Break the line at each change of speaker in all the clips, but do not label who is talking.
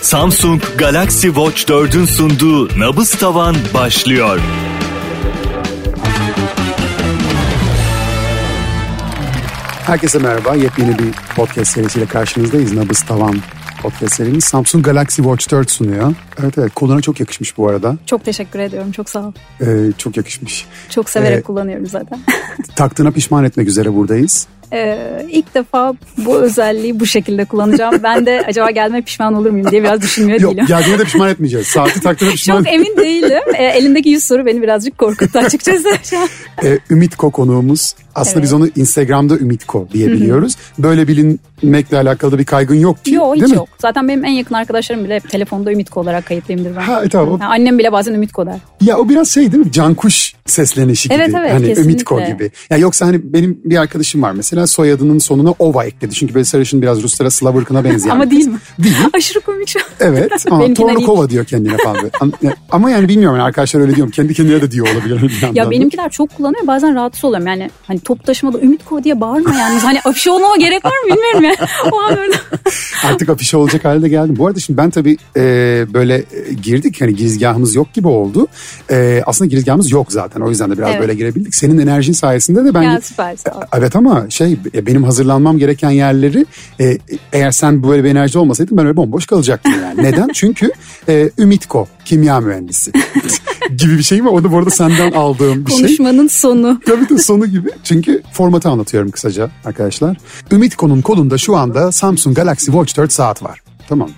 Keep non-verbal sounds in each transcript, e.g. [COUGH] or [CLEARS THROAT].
Samsung Galaxy Watch 4'ün sunduğu nabız tavan başlıyor.
Herkese merhaba. Yepyeni bir podcast serisiyle karşınızdayız. Nabız Tavan podcast serimiz. Samsung Galaxy Watch 4 sunuyor. Evet evet koluna çok yakışmış bu arada.
Çok teşekkür ediyorum. Çok sağ ol.
Ee, çok yakışmış.
Çok severek
Ee,
kullanıyorum zaten. [LAUGHS]
Taktığına pişman etmek üzere buradayız.
Ee, ilk defa bu özelliği bu şekilde kullanacağım. Ben de acaba gelme pişman olur muyum diye biraz düşünmüyor değilim.
Yok geldiğine de pişman
[LAUGHS]
etmeyeceğiz. Saati taktığına pişman.
Çok emin değilim. Ee, elimdeki 100 soru beni birazcık korkuttu açıkçası. [LAUGHS] Şu an
Ee, Ümit Ko konuğumuz. Aslında
Evet.
biz onu Instagram'da Ümit Ko diye biliyoruz. Böyle bilinmekle alakalı bir kaygın yok ki.
yok
değil
hiç
mi?
yok. Zaten benim en yakın arkadaşlarım bile hep telefonda Ümitko olarak kayıtlıyımdır ben.
Ha, e, tamam.
Ha, annem bile bazen Ümitko der.
Ya o biraz şey değil mi? Cankuş seslenişi gibi.
Evet, evet,
hani
kesinlikle.
Ümit Ko gibi. Ya yoksa hani benim bir arkadaşım var mesela soyadının sonuna Ova ekledi. Çünkü böyle sarışın biraz Ruslara Slavırkına benzeyen.
[LAUGHS] Ama
bir
değil
kız.
mi?
Değil.
Aşırı komik şu an. [LAUGHS]
Evet. Ama
Benimkine
Tornikova diyor kendine falan. böyle. An- ya- Ama yani bilmiyorum yani arkadaşlar öyle diyorum. Kendi kendine de diyor olabilir. bir yandan da.
Ya benimkiler çok kullanıyor bazen rahatsız oluyorum. Yani hani top taşımada Ümit Ko diye bağırma yani. Hani afişe olmama gerek var mı bilmiyorum ya. [LAUGHS] O an öyle.
Artık afişe olacak halde geldim. Bu arada şimdi ben tabii e, böyle e, girdik. Hani girizgahımız yok gibi oldu. E, aslında girizgahımız yok zaten. O yüzden de biraz
Evet.
böyle girebildik. Senin enerjin sayesinde de ben
Ya süper sağ ol.
Evet ama şey e, benim hazırlanmam gereken yerleri e, eğer sen böyle bir enerji olmasaydın ben öyle bomboş kalacaktım yani.
[LAUGHS]
Neden? Çünkü e, Ümitko kimya mühendisi gibi bir şey mi? O da bu arada senden aldığım bir şey.
Konuşmanın sonu.
Tabii de sonu gibi. Çünkü formatı anlatıyorum kısaca arkadaşlar. Ümitko'nun kolunda şu anda Samsung Galaxy Watch 4 saat var. Tamam.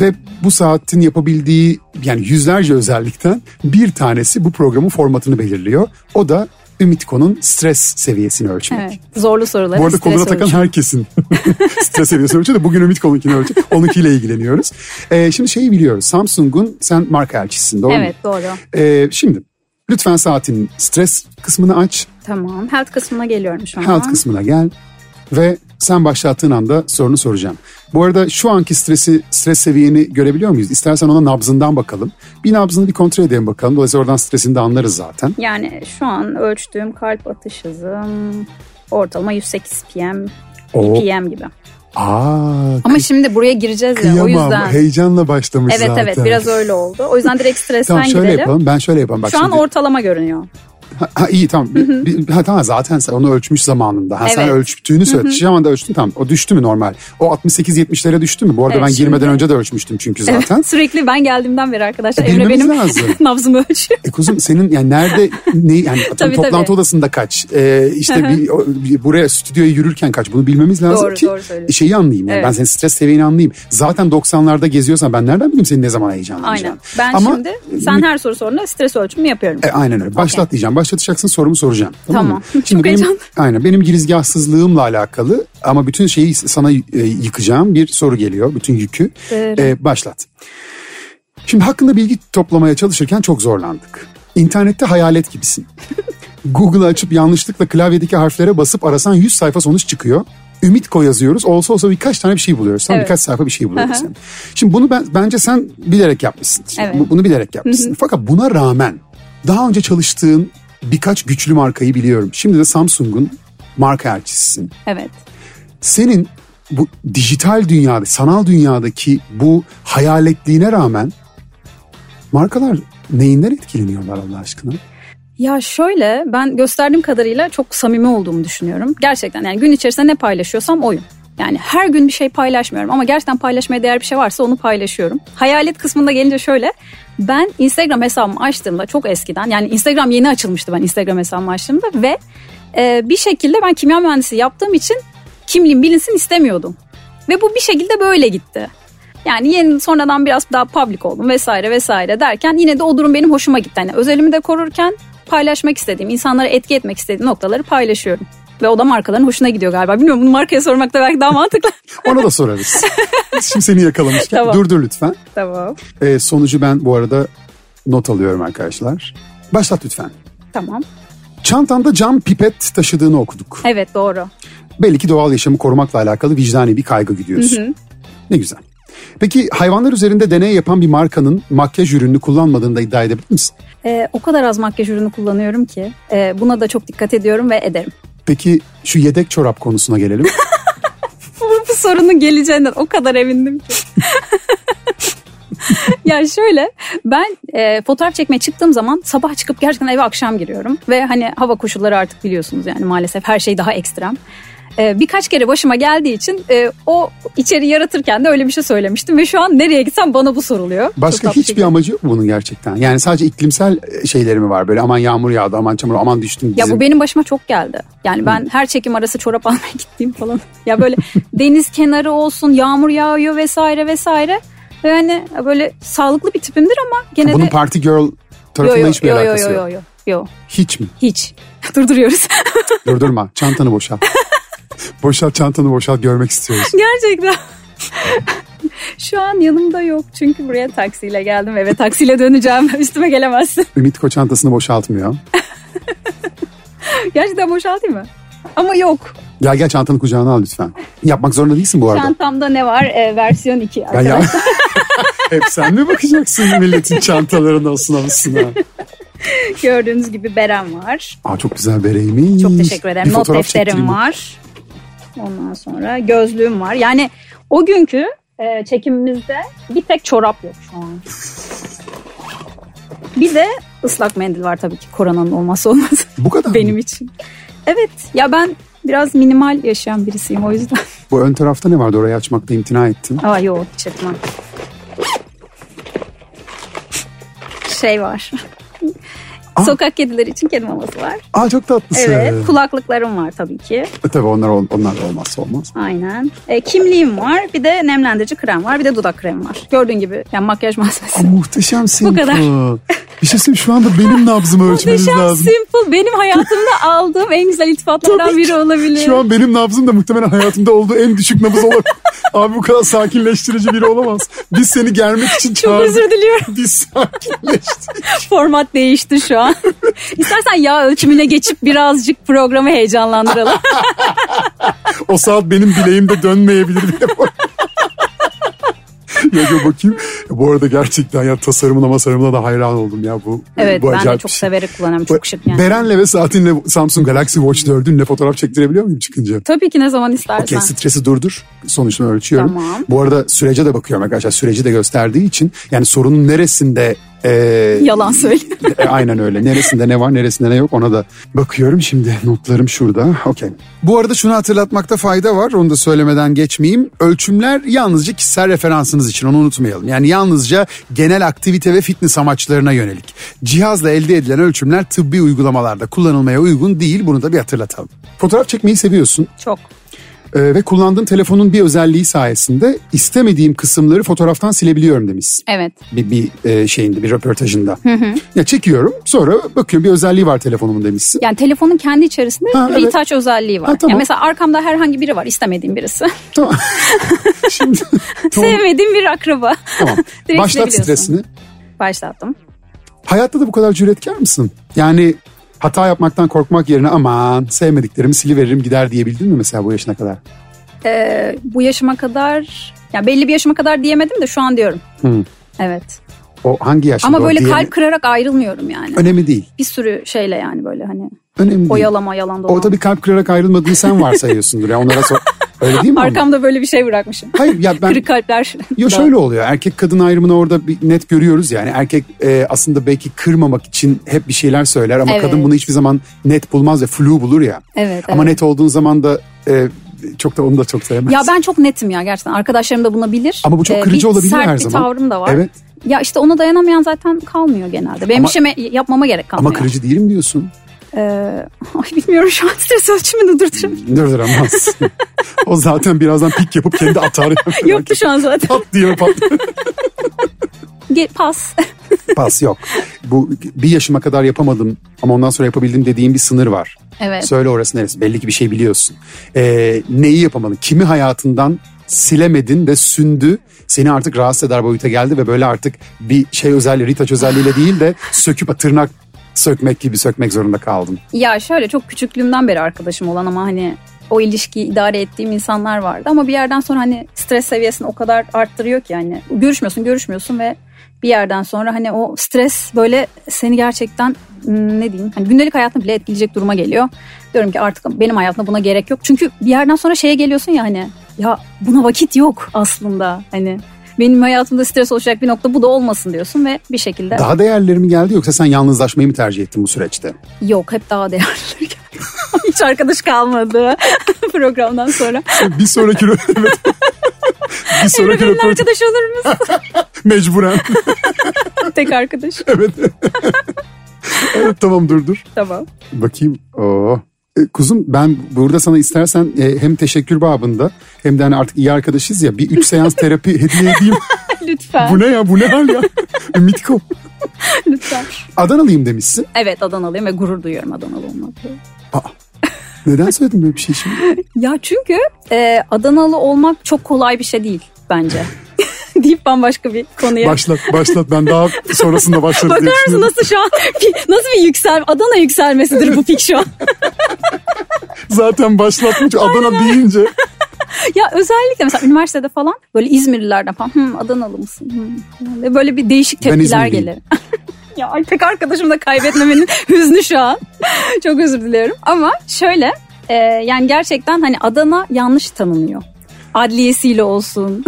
Ve bu saatin yapabildiği yani yüzlerce özellikten bir tanesi bu programın formatını belirliyor. O da Ümitko'nun stres seviyesini ölçmek.
Evet. Zorlu sorular.
Bu arada
stres
koluna takan
ölçüm.
herkesin [LAUGHS] stres seviyesi ölçüyor da bugün Ümit kolunkini ölçüyor. Onunkiyle ilgileniyoruz. Ee, şimdi şeyi biliyoruz. Samsung'un sen marka elçisisin doğru
Evet
mu?
doğru.
Ee, şimdi lütfen saatin stres kısmını aç.
Tamam. Health kısmına geliyorum şu an.
Health kısmına gel. Ve sen başlattığın anda sorunu soracağım. Bu arada şu anki stresi, stres seviyeni görebiliyor muyuz? İstersen ona nabzından bakalım. Bir nabzını bir kontrol edelim bakalım. Dolayısıyla oradan stresini de anlarız zaten.
Yani şu an ölçtüğüm kalp atış hızım ortalama 108 pm,
Oo.
pm gibi.
Aa,
Ama şimdi buraya gireceğiz ya o
kıyamam.
yüzden.
Heyecanla başlamış
Evet
zaten.
evet biraz öyle oldu. O yüzden direkt stresten
Tamam şöyle
gidelim.
yapalım. Ben şöyle yapalım. Bak
Şu an
şimdi-
ortalama görünüyor.
Ha, ha, iyi tamam. Bir- bir- ha, tamam zaten sen onu ölçmüş zamanında. Ha, Sen
Evet.
ölçtüğünü söyledin. Şu anda ölçtün tamam. O düştü mü normal? O 68-70'lere düştü mü? Bu arada
Evet,
ben girmeden
şimdi-
önce de ölçmüştüm çünkü zaten.
Sürekli ben geldiğimden beri arkadaşlar
E,
Emre
bilmemiz
benim
lazım.
[LAUGHS] nabzımı ölçüyor.
E kuzum senin yani nerede ne
[LAUGHS]
yani
Tabii,
toplantı
tabii.
odasında kaç? E, işte bir, o- bir- buraya stüdyoya yürürken kaç? Bunu bilmemiz lazım
Doğru,
ki e,
doğru söylüyorsun.
şeyi anlayayım. Yani.
Evet.
Ben senin stres seviyeni anlayayım. Zaten 90'larda geziyorsan ben nereden bileyim senin ne zaman heyecanlanacağını?
Aynen. Ben
Ama-
şimdi sen her soru soruna stres ölçümü yapıyorum.
E, aynen öyle. Başlat diyeceğim. Başlatacaksın sorumu soracağım. Tamam,
Tamam. [LAUGHS]
mı? benim,
Çok heyecanlı.
Aynen benim girizgahsızlığımla alakalı ama bütün şeyi sana e, yıkacağım bir soru geliyor. Bütün yükü.
Doğru.
E, başlat. Şimdi hakkında bilgi toplamaya çalışırken çok zorlandık. İnternette hayalet gibisin. Google'ı açıp yanlışlıkla klavyedeki harflere basıp arasan 100 sayfa sonuç çıkıyor. Ümit ko yazıyoruz. Olsa olsa birkaç tane bir şey buluyoruz. Tamam,
Evet.
Birkaç sayfa bir şey buluyoruz. yani. Şimdi bunu ben, bence sen bilerek yapmışsın.
Evet.
Bu- Bunu bilerek yapmışsın. Fakat buna rağmen daha önce çalıştığın birkaç güçlü markayı biliyorum. Şimdi de Samsung'un marka elçisisin.
Evet.
Senin bu dijital dünyada, sanal dünyadaki bu hayaletliğine rağmen markalar neyinden etkileniyorlar Allah aşkına?
Ya şöyle ben gösterdiğim kadarıyla çok samimi olduğumu düşünüyorum. Gerçekten yani gün içerisinde ne paylaşıyorsam oyum. Yani her gün bir şey paylaşmıyorum ama gerçekten paylaşmaya değer bir şey varsa onu paylaşıyorum. Hayalet kısmında gelince şöyle ben Instagram hesabımı açtığımda çok eskiden yani Instagram yeni açılmıştı ben Instagram hesabımı açtığımda ve e, bir şekilde ben kimya mühendisi yaptığım için kimliğim bilinsin istemiyordum. Ve bu bir şekilde böyle gitti. Yani yeni sonradan biraz daha public oldum vesaire vesaire derken yine de o durum benim hoşuma gitti. Yani özelimi de korurken paylaşmak istediğim, insanlara etki etmek istediğim noktaları paylaşıyorum. Ve o da markaların hoşuna gidiyor galiba. Bilmiyorum bunu markaya sormak da belki daha mantıklı.
Ona da sorarız. Şimdi seni yakalamışken
Tamam.
durdur lütfen.
tamam.
Ee, sonucu ben bu arada not alıyorum arkadaşlar. Başlat lütfen.
Tamam.
Çantanda cam pipet taşıdığını okuduk.
Evet doğru.
Belli ki doğal yaşamı korumakla alakalı vicdani bir kaygı gidiyorsun. Ne güzel. Peki hayvanlar üzerinde deney yapan bir markanın makyaj ürününü kullanmadığını da iddia edebilir misin?
Ee, o kadar az makyaj ürünü kullanıyorum ki e, buna da çok dikkat ediyorum ve ederim.
Peki şu yedek çorap konusuna
[LAUGHS]
gelelim. [LAUGHS]
Bu sorunun geleceğinden o kadar emindim ki. yani şöyle ben e, fotoğraf çekmeye çıktığım zaman sabah çıkıp gerçekten eve akşam giriyorum. Ve hani hava koşulları artık biliyorsunuz yani maalesef her şey daha ekstrem. E, birkaç kere başıma geldiği için e, o içeri yaratırken de öyle bir şey söylemiştim. Ve şu an nereye gitsem bana bu soruluyor. Çok
Başka
tatlı
hiçbir
şekilde.
amacı yok mu bunun gerçekten? Yani sadece iklimsel e, şeyleri mi var böyle aman yağmur yağdı aman çamur aman düştüm.
Ya
dizim.
bu benim başıma çok geldi. Yani ben her çekim arası çorap [LAUGHS] almaya gittiğim falan. ya böyle deniz kenarı olsun, yağmur yağıyor vesaire vesaire. Ve hani böyle sağlıklı bir tipimdir ama gene
Bunun
de...
party girl tarafında hiçbir
yo, yo,
alakası
yo,
yok.
yo, yo, yo.
Hiç mi?
Hiç. [LAUGHS] Durduruyoruz. [LAUGHS]
Durdurma çantanı boşalt. [LAUGHS] boşalt çantanı boşalt görmek istiyoruz.
Gerçekten. [LAUGHS] Şu an yanımda yok çünkü buraya taksiyle geldim eve taksiyle döneceğim [LAUGHS] üstüme gelemezsin.
Ümit Ko çantasını boşaltmıyor.
Gerçekten boşaltayım mı? Ama yok.
Gel gel çantanı kucağına al lütfen. Yapmak zorunda değilsin bu arada.
Çantamda ne var? Ee, versiyon 2
Ben ya...
arkadaşlar.
[LAUGHS] Hep sen mi bakacaksın milletin çantalarına osuna
Gördüğünüz gibi Beren var.
Aa çok güzel bereymiş.
Çok teşekkür ederim.
Hmm, Bir
Not
fotoğraf
defterim
çektireyim.
var. Ondan sonra gözlüğüm var. Yani o günkü e, çekimimizde bir tek çorap yok şu an. Bir de ıslak mendil var tabii ki. Koronanın olması olmaz
Bu kadar
[LAUGHS] benim
mı?
için. Evet ya ben biraz minimal yaşayan birisiyim o yüzden. [LAUGHS]
Bu ön tarafta ne vardı orayı açmakta imtina ettin.
Aa yok hiç etmem. Şey var.
Aa.
Sokak kedileri için kedi maması var.
Aa çok tatlısın.
Evet. Kulaklıklarım var tabii ki.
E, Tabii onlar, ol- onlar da olmazsa olmaz.
Aynen. E, kimliğim var. Bir de nemlendirici krem var. Bir de dudak kremi var. Gördüğün gibi yani makyaj malzemesi.
Aa, [LAUGHS] muhteşem Simple.
kadar.
Bir şey söyleyeyim şu anda benim
[LAUGHS]
nabzımı ölçmeniz
Muhteşem
lazım.
simple. Benim
[LAUGHS]
hayatımda aldığım en güzel iltifatlardan biri olabilir.
Şu an benim nabzım da muhtemelen hayatımda olduğu en düşük nabız
[LAUGHS]
olur. Abi bu kadar sakinleştirici biri olamaz. Biz seni germek için
Çok
çağırdık. [LAUGHS]
özür diliyorum.
Biz sakinleştik.
Format değişti
[LAUGHS]
şu an. İstersen yağ ölçümüne geçip birazcık programı heyecanlandıralım.
[LAUGHS] O saat benim bileğimde dönmeyebilir bile. [LAUGHS] ya dur bakayım. Bu arada gerçekten ya tasarımına masarımına da hayran oldum ya bu.
evet
bu
ben de
acayip
çok
bir şey.
severek kullanıyorum. Çok şık yani.
Beren'le ve saatinle Samsung Galaxy Watch 4'ünle fotoğraf çektirebiliyor muyum çıkınca?
Tabii ki ne zaman istersen.
Okey stresi durdur. Sonuçunu ölçüyorum.
Tamam.
Bu arada sürece de bakıyorum arkadaşlar. Süreci de gösterdiği için yani sorunun neresinde eee,
Yalan söyle.
e, aynen öyle. Neresinde ne var neresinde ne yok ona da bakıyorum şimdi. Notlarım şurada. Okey. Bu arada şunu hatırlatmakta fayda var. Onu da söylemeden geçmeyeyim. Ölçümler yalnızca kişisel referansınız için onu unutmayalım. Yani yalnızca genel aktivite ve fitness amaçlarına yönelik. Cihazla elde edilen ölçümler tıbbi uygulamalarda kullanılmaya uygun değil. Bunu da bir hatırlatalım. Fotoğraf çekmeyi seviyorsun.
[LAUGHS] Çok.
Ee, ve kullandığım telefonun bir özelliği sayesinde istemediğim kısımları fotoğraftan silebiliyorum demişsin.
Evet.
Bir, bir e, şeyinde bir röportajında. Ya çekiyorum sonra bakıyorum bir özelliği var telefonumun demişsin.
Yani telefonun kendi içerisinde
Ha, evet.
retouch özelliği var.
Ha, tamam.
yani mesela arkamda herhangi biri var istemediğim birisi. [LAUGHS]
Tamam. Şimdi tamam.
Sevmediğim bir akraba.
tamam.
Direkt
Başlat
silebiliyorsun.
stresini.
Başlattım.
Hayatta da bu kadar cüretkar mısın? Yani hata yapmaktan korkmak yerine aman sevmediklerimi siliveririm gider diyebildin mi mesela bu yaşına kadar?
Ee, bu yaşıma kadar ya belli bir yaşıma kadar diyemedim de şu an diyorum.
Hı.
Evet.
O hangi yaşta?
Ama böyle kalp kırarak ayrılmıyorum yani.
Önemli değil.
Bir sürü şeyle yani böyle hani
Önemli değil.
oyalama yalan dolan.
O tabii kalp kırarak ayrılmadığını sen varsayıyorsundur. ya onlara
[LAUGHS]
sor. Öyle değil mi? ama?
Arkamda böyle bir şey bırakmışım.
Hayır ya ben
[LAUGHS] Kırık kalpler.
Yo şöyle oluyor erkek kadın ayrımını orada bir net görüyoruz yani erkek e, aslında belki kırmamak için hep bir şeyler söyler ama
Evet.
kadın bunu hiçbir zaman net bulmaz ve flu bulur ya.
Evet,
Ama
evet.
net olduğun zaman da e, çok da onu da çok sevmez.
Ya ben çok netim ya gerçekten. Arkadaşlarım da bunu bilir.
Ama bu çok
Ee,
kırıcı
bir
olabiliyor
sert
her
bir
zaman.
tavrım da var.
Evet
Ya işte ona dayanamayan zaten kalmıyor genelde. Benim
Ama-
bir şey me- yapmama gerek
ama
kalmıyor.
kırıcı değilim diyorsun.
Ee, [LAUGHS] ay bilmiyorum şu an stres ölçümünü durdurum. [LAUGHS]
Durduramaz. o zaten birazdan pik yapıp kendi atar.
Yoktu şu an zaten.
Pat diye pat.
Ge- pas. [LAUGHS]
Pas yok. Bu bir yaşıma kadar yapamadım ama ondan sonra yapabildim dediğim bir sınır var.
evet.
Söyle orası neresi? Belli ki bir şey biliyorsun. Ee, neyi yapamadın? Kimi hayatından silemedin ve sündü. Seni artık rahatsız eder boyuta geldi ve böyle artık bir şey özelliği, ritaç özelliğiyle değil de söküp tırnak sökmek gibi sökmek zorunda kaldın.
Ya şöyle çok küçüklüğümden beri arkadaşım olan ama hani o ilişkiyi idare ettiğim insanlar vardı. Ama bir yerden sonra hani stres seviyesini o kadar arttırıyor ki yani. Görüşmüyorsun görüşmüyorsun ve bir yerden sonra hani o stres böyle seni gerçekten hmm, ne diyeyim hani gündelik hayatını bile etkileyecek duruma geliyor. Diyorum ki artık benim hayatımda buna gerek yok. Çünkü bir yerden sonra şeye geliyorsun ya hani ya buna vakit yok aslında hani. benim hayatımda stres oluşacak bir nokta bu da olmasın diyorsun ve bir şekilde
Daha değerleri mi geldi yoksa sen yalnızlaşmayı mı tercih ettin bu süreçte?
yok hep daha değerli. [LAUGHS] geldi. Hiç arkadaş kalmadı [LAUGHS] programdan sonra.
[LAUGHS] bir sonraki rö- evet. bir
Emre
sonraki
benimle
röportaj
arkadaş olur musun?
mecburen.
[LAUGHS] Tek arkadaş.
evet. evet tamam dur dur.
Tamam. [LAUGHS]
Bakayım. Oo. E, Kuzum ben burada sana istersen e, hem teşekkür babında hem de hani artık iyi arkadaşız ya bir üç seans terapi [LAUGHS] hediye edeyim.
Lütfen.
bu ne ya bu ne hal ya? E, Mitko.
Lütfen.
Adanalıyım demişsin.
Evet Adanalıyım ve gurur duyuyorum Adanalı olmakla.
Neden söyledin böyle bir şey şimdi?
Ya çünkü e, Adanalı olmak çok kolay bir şey değil bence. [LAUGHS] deyip bambaşka bir konuya.
Başlat başlat ben daha sonrasında başlarım diye
Bakar mısın
düşünüyorum.
nasıl şu an [LAUGHS] bir- nasıl bir yüksel Adana yükselmesidir bu pik şu an.
Zaten başlatmış Adana deyince.
ya özellikle mesela üniversitede falan böyle İzmirlilerden falan "Hı, Adanalı mısın? Hı, hı." Ve böyle bir değişik
Ben
tepkiler
İzmirliyim. [LAUGHS]
gelir. ya ay, tek arkadaşımı da kaybetmemenin [LAUGHS] hüznü şu an. Çok özür diliyorum ama şöyle e, yani gerçekten hani Adana yanlış tanınıyor.
[LAUGHS]
Adliyesiyle olsun.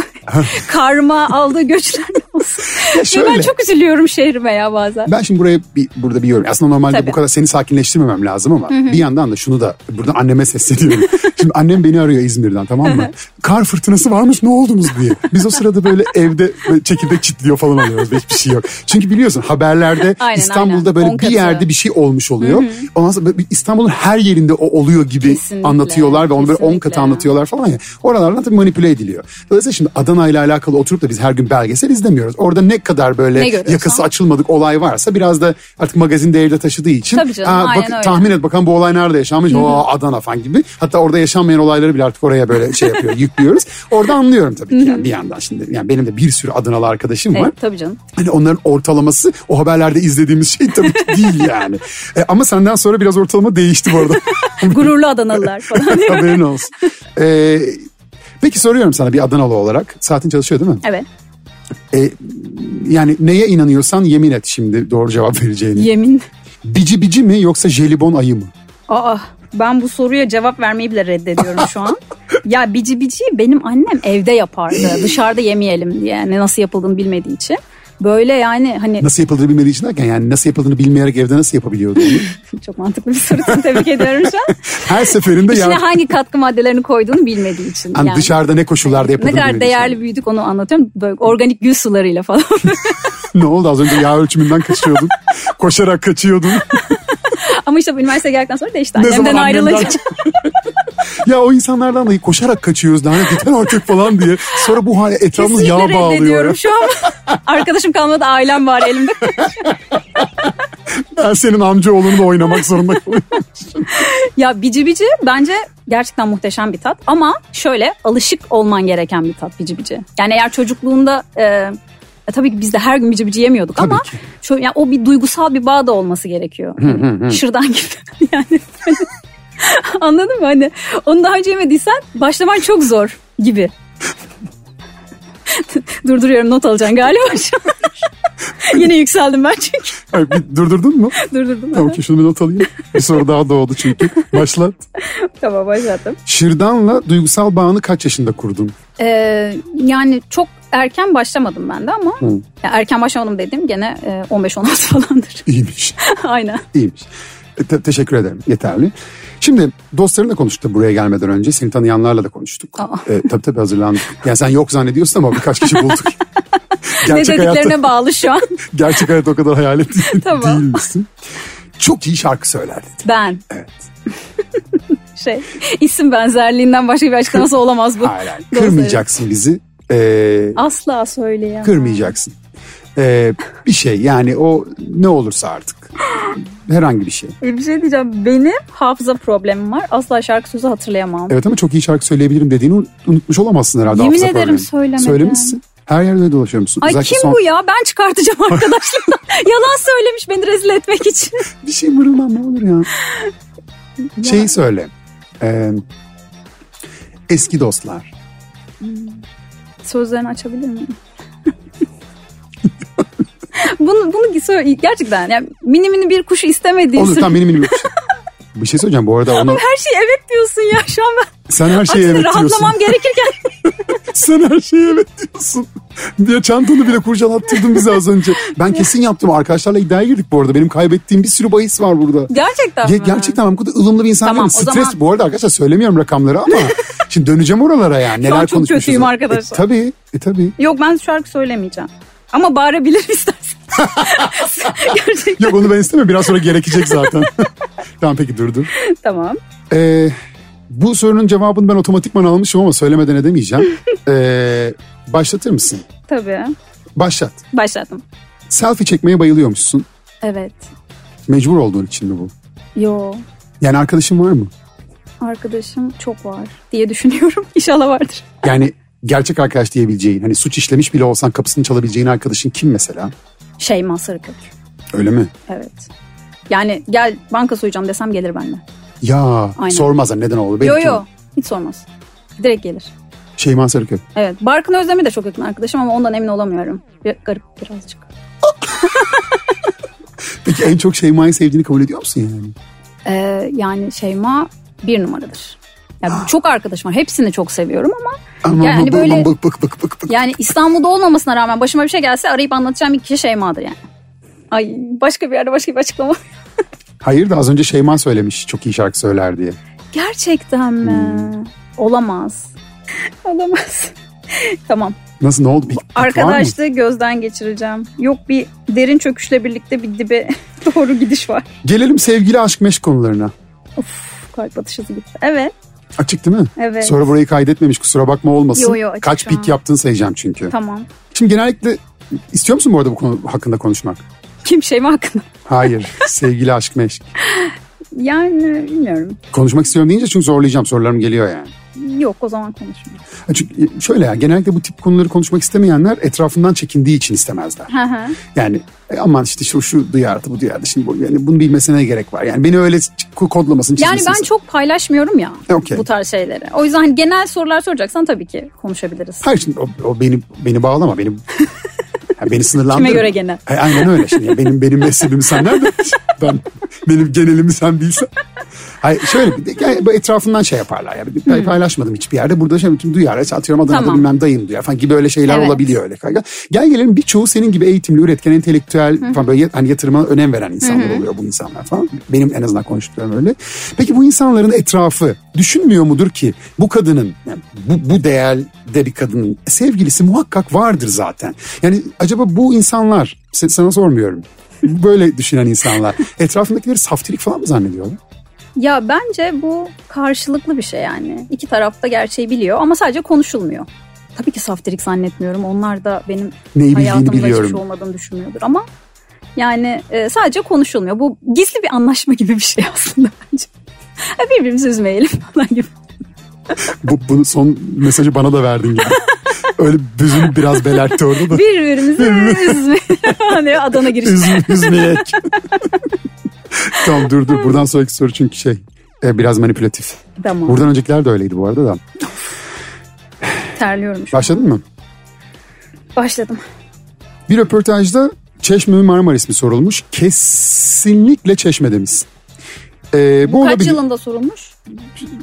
karma aldığı göçlerle olsun.
Ya
Ve ben
şöyle.
çok üzülüyorum şehrime ya bazen.
Ben şimdi buraya bir, burada bir yorum. Aslında normalde
Tabii.
bu kadar seni sakinleştirmemem lazım ama bir yandan da şunu da buradan anneme
[LAUGHS]
sesleniyorum. şimdi annem beni arıyor İzmir'den tamam mı? Kar fırtınası varmış ne oldunuz diye. Biz o sırada böyle evde böyle çekirdek çitliyor falan alıyoruz. Hiçbir şey yok. Çünkü biliyorsun haberlerde
Aynen,
İstanbul'da
aynen.
böyle
On
bir
katı.
yerde bir şey olmuş oluyor. Ondan sonra böyle bir- İstanbul'un her yerinde o oluyor gibi
Kesinlikle,
anlatıyorlar ve onu böyle on katı
kesinlikle.
anlatıyorlar falan ya. Oralardan tabii manipüle ediliyor. Dolayısıyla şimdi Adana ile alakalı oturup da biz her gün belgesel izlemiyoruz. Orada ne kadar böyle
Ne görüyorsan.
yakası açılmadık olay varsa biraz da artık magazin değerde taşıdığı için
Tabii canım,
"Aa,
aynen öyle."
tahmin et bakalım bu olay nerede yaşanmış o Adana falan gibi hatta orada yaşanmayan olayları bile artık oraya böyle şey
[LAUGHS]
yapıyor yüklüyoruz orada anlıyorum tabii ki yani bir yandan şimdi yani benim de bir sürü Adanalı arkadaşım var
Evet, tabii canım.
hani onların ortalaması o haberlerde izlediğimiz şey tabii ki değil
[LAUGHS]
yani E, ama senden sonra biraz ortalama değişti bu arada
Gururlu Adanalılar [LAUGHS] falan.
[LAUGHS] haberin olsun E, peki soruyorum sana bir Adanalı olarak saatin çalışıyor değil mi?
evet.
E, yani neye inanıyorsan yemin et şimdi doğru cevap vereceğini.
Yemin.
Bici bici mi yoksa jelibon ayı mı?
Aa ben bu soruya cevap vermeyi bile reddediyorum
[LAUGHS]
şu an. ya bici bici benim annem evde yapardı. Dışarıda yemeyelim diye. Yani nasıl yapıldığını bilmediği için. Böyle yani hani
Nasıl yapıldığını bilmediği için derken yani nasıl yapıldığını bilmeyerek evde nasıl
[LAUGHS]
yapabiliyordu? onu?
çok mantıklı bir soru [LAUGHS] tebrik ediyorum şu an.
Her seferinde
İçine
[LAUGHS] yani,
hangi katkı maddelerini koyduğunu bilmediği için.
hani
Yani.
dışarıda ne koşullarda
Ne
yapıldığını
kadar
bilmediği için.
değerli büyüdük onu anlatıyorum. Böyle organik gül sularıyla falan.
[LAUGHS]
[LAUGHS]
ne oldu az önce yağ ölçümünden kaçıyordun. Koşarak kaçıyordun.
Ama işte bu üniversiteye geldikten sonra değişti.
ne zaman
Annemden
annemden [LAUGHS]
ayrılacağım.
ya o insanlardan da koşarak kaçıyoruz. Lanet yeter artık falan diye. Sonra bu hale etrafımız
Kesinlikle
yağ bağlıyor. ya.
reddediyorum şu an.
[LAUGHS]
Arkadaşım kalmadı ailem var elimde.
Ben senin amcaoğlunu da oynamak zorunda kalıyorum.
Ya bici bici bence gerçekten muhteşem bir tat ama şöyle alışık olman gereken bir tat bici bici. Yani eğer çocukluğunda e, e, tabii ki biz de her gün bici bici yemiyorduk ama
ki.
şöyle, yani o bir duygusal bir bağ da olması gerekiyor. Yani Şırdan gibi [LAUGHS] yani. Anladın mı? Hani onu daha önce yemediysen başlaman çok zor gibi. [LAUGHS] Durduruyorum not alacaksın galiba şu an. [LAUGHS] Yine yükseldim ben çünkü
Ay, bir durdurdun mu? [LAUGHS]
durdurdum. [LAUGHS]
Tamam ki şunu bir not alayım. Bir soru daha doğdu çünkü. Başlat.
tamam başlattım.
Şırdan'la duygusal bağını kaç yaşında kurdun?
Ee, yani çok erken başlamadım ben de ama ya erken başlamadım dedim gene e, 15-16 [LAUGHS] falandır.
İyiymiş.
Aynen.
İyiymiş. E, te- teşekkür ederim. Yeterli. Şimdi dostlarınla konuştuk da buraya gelmeden önce. Seni tanıyanlarla da konuştuk.
Aa.
E, tabii tabii hazırlandık. Yani sen yok zannediyorsun ama birkaç kişi bulduk.
[LAUGHS] ne
gerçek,
dediklerine
hayatta,
bağlı
[LAUGHS]
şu an
gerçek hayatta o kadar hayal ettin
Tamam.
değil misin? Çok iyi şarkı söyler dedi.
ben.
Evet.
[LAUGHS] şey isim benzerliğinden başka bir açıklaması olamaz bu.
Hayır, hayır. Kırmayacaksın bizi. E,
Asla söyleyemem.
kırmayacaksın. E, bir şey yani o ne olursa artık. Herhangi bir şey.
E, Bir şey diyeceğim. Benim hafıza problemim var. Asla şarkı sözü hatırlayamam.
Evet ama çok iyi şarkı söyleyebilirim dediğini un- unutmuş olamazsın herhalde.
Yemin
hafıza
ederim
problemin.
söylemedim.
Söylemişsin. Her yerde dolaşıyormuşsun.
Ay
Özellikle
kim
son-
bu ya?
[LAUGHS]
Ben çıkartacağım arkadaşlarımdan. Yalan söylemiş beni rezil etmek için.
Bir şey mırıldan ne olur ya. Şeyi söyle. Ee, eski dostlar.
Sözlerini açabilir miyim? [LAUGHS] bunu bunu söyle- gerçekten yani mini mini bir kuşu istemediğin
Olur
sürece
tamam benim benim. Bir şey
[LAUGHS]
söyleyeceğim bu arada onu
her şey evet diyorsun ya şu an ben
sen her şeye
aksine
evet diyorsun.
rahatlamam gerekirken [LAUGHS]
Sen her şeye evet diyorsun. Diye çantanı bile kurcalattırdın bize az önce. Ben kesin yaptım. Arkadaşlarla iddiaya girdik bu arada. Benim kaybettiğim bir sürü bahis var burada.
Gerçekten
Ge-
mi?
gerçekten ben bu kadar ılımlı bir insan
Tamam,
değilim.
o
Stres
zaman-
bu arada arkadaşlar söylemiyorum rakamları
[LAUGHS]
ama şimdi döneceğim oralara yani. Neler
an çok
konuşmuşuz.
kötüyüm arkadaşlar.
E, tabii, e, tabii.
Yok ben şarkı söylemeyeceğim. Ama bağırabilirim [LAUGHS] istersen.
[LAUGHS]
Gerçekten
Yok onu ben istemiyorum. Biraz sonra gerekecek zaten. [LAUGHS] tamam peki dur dur.
tamam.
Ee, bu sorunun cevabını ben otomatikman almışım ama söylemeden edemeyeceğim. Ee, başlatır mısın?
Tabii.
Başlat.
Başladım.
Selfie çekmeye bayılıyormuşsun.
Evet.
Mecbur olduğun için mi bu?
Yo
Yani arkadaşın var mı?
arkadaşım çok var diye düşünüyorum. [LAUGHS] İnşallah vardır.
Yani gerçek arkadaş diyebileceğin, hani suç işlemiş bile olsan kapısını çalabileceğin arkadaşın kim mesela?
Şeyma Sarıkök.
Öyle mi?
Evet. Yani gel banka soyacağım desem gelir benimle.
Ya
Aynen.
sormazlar neden oldu? Belki
Yo yo hiç sormaz. Direkt gelir.
Şeyma Sarıköy.
Evet. Barkın Özdemir de çok yakın arkadaşım ama ondan emin olamıyorum. Bir, garip birazcık.
Peki en çok Şeyma'yı sevdiğini kabul ediyor musun yani?
Ee, yani Şeyma bir numaradır. Yani
Ah.
çok arkadaşım var. Hepsini çok seviyorum ama
Aman
Yani
aman,
hani böyle-
aman, bık bık bık bık bık.
yani İstanbul'da olmamasına rağmen başıma bir şey gelse arayıp anlatacağım ilk kişi Şeyma'dır yani. Ay başka bir yerde başka bir açıklama.
Hayır da az önce Şeyma söylemiş çok iyi şarkı söyler diye.
[LAUGHS] Gerçekten
Hmm.
mi?
[LAUGHS]
Olamaz. Olamaz. [LAUGHS] tamam.
Nasıl ne oldu? Bir, bir var mı?
Arkadaşlığı gözden geçireceğim. Yok bir derin çöküşle birlikte bir dibe [LAUGHS] doğru gidiş var.
Gelelim sevgili aşk meşk konularına.
Of kalp atışı hızı gitti. Evet.
Açık değil mi?
Evet.
Sonra burayı kaydetmemiş kusura bakma olmasın.
Yo, yo, açık
Kaç
şu an.
pik yaptığını sayacağım çünkü.
Tamam.
Şimdi genellikle istiyor musun bu arada bu konu hakkında konuşmak?
Kim şey mi hakkında? [LAUGHS]
Hayır sevgili aşk meşk.
Yani bilmiyorum.
Konuşmak istiyorum deyince çünkü zorlayacağım sorularım geliyor yani.
Yok o zaman konuşmayalım.
Ha, Çünkü e, şöyle ya genellikle bu tip konuları konuşmak istemeyenler etrafından çekindiği için istemezler.
Hı hı.
Yani e, aman işte şu, şu duyardı bu duyardı şimdi bu, yani bunu bilmesine ne gerek var. Yani beni öyle ç- kodlamasın
yani
çizmesin.
ben çok paylaşmıyorum ya
E, okey.
bu tarz şeyleri. O yüzden hani genel sorular soracaksan tabii ki konuşabiliriz.
Hayır şimdi o, o beni, beni bağlama
[LAUGHS]
beni... Yani beni sınırlandırma.
Kime göre genel?
E, aynen öyle şimdi. Yani benim benim mezhebimi sen
[LAUGHS]
nereden? ben benim genelimi sen bilsen. Hayır şöyle bir de yani bu etrafından şey yaparlar ya. Bir pay- Paylaşmadım hiçbir yerde. Burada şey bütün duyar. işte Atıyorum Adana'da
Hmm. Tamam.
bilmem dayım duyar falan gibi öyle şeyler
Evet.
olabiliyor öyle. kaygı. Gel gelelim birçoğu senin gibi eğitimli, üretken, entelektüel falan böyle yat- hani yatırıma önem veren insanlar oluyor bu insanlar falan. Benim en azından konuştuklarım öyle. Peki bu insanların etrafı düşünmüyor mudur ki bu kadının yani bu, bu değerde bir kadının sevgilisi muhakkak vardır zaten. Yani acaba bu insanlar se- sana sormuyorum. Böyle düşünen
[LAUGHS]
insanlar etrafındakileri saftirik falan mı zannediyorlar?
Ya bence bu karşılıklı bir şey yani. İki taraf da gerçeği biliyor ama sadece konuşulmuyor. Tabii ki saftirik zannetmiyorum. Onlar da benim
Neyi bildiğini
hayatımda hiçbir
biliyorum.
şey olmadığını düşünmüyordur ama yani e, sadece konuşulmuyor. Bu gizli bir anlaşma gibi bir şey [LAUGHS] aslında bence. Ha, Birbirimizi üzmeyelim falan gibi.
Bu, bunu son mesajı bana da verdin
[LAUGHS]
gibi. Öyle büzünü biraz belertti orada da.
Birbirimizi [LAUGHS] üzmeyelim. Hani Adana
[LAUGHS]
girişi.
Üzme, üzmeyek. tamam dur dur buradan sonraki soru çünkü şey e, biraz manipülatif.
Tamam
Buradan öncekiler de öyleydi bu arada da.
terliyorum şu an.
Başladın mı?
Başladım.
Bir röportajda Çeşme mi Marmaris mi sorulmuş. Kesinlikle Çeşme demişsin. E, bu
Kaç
olabilir.
yılında sorulmuş?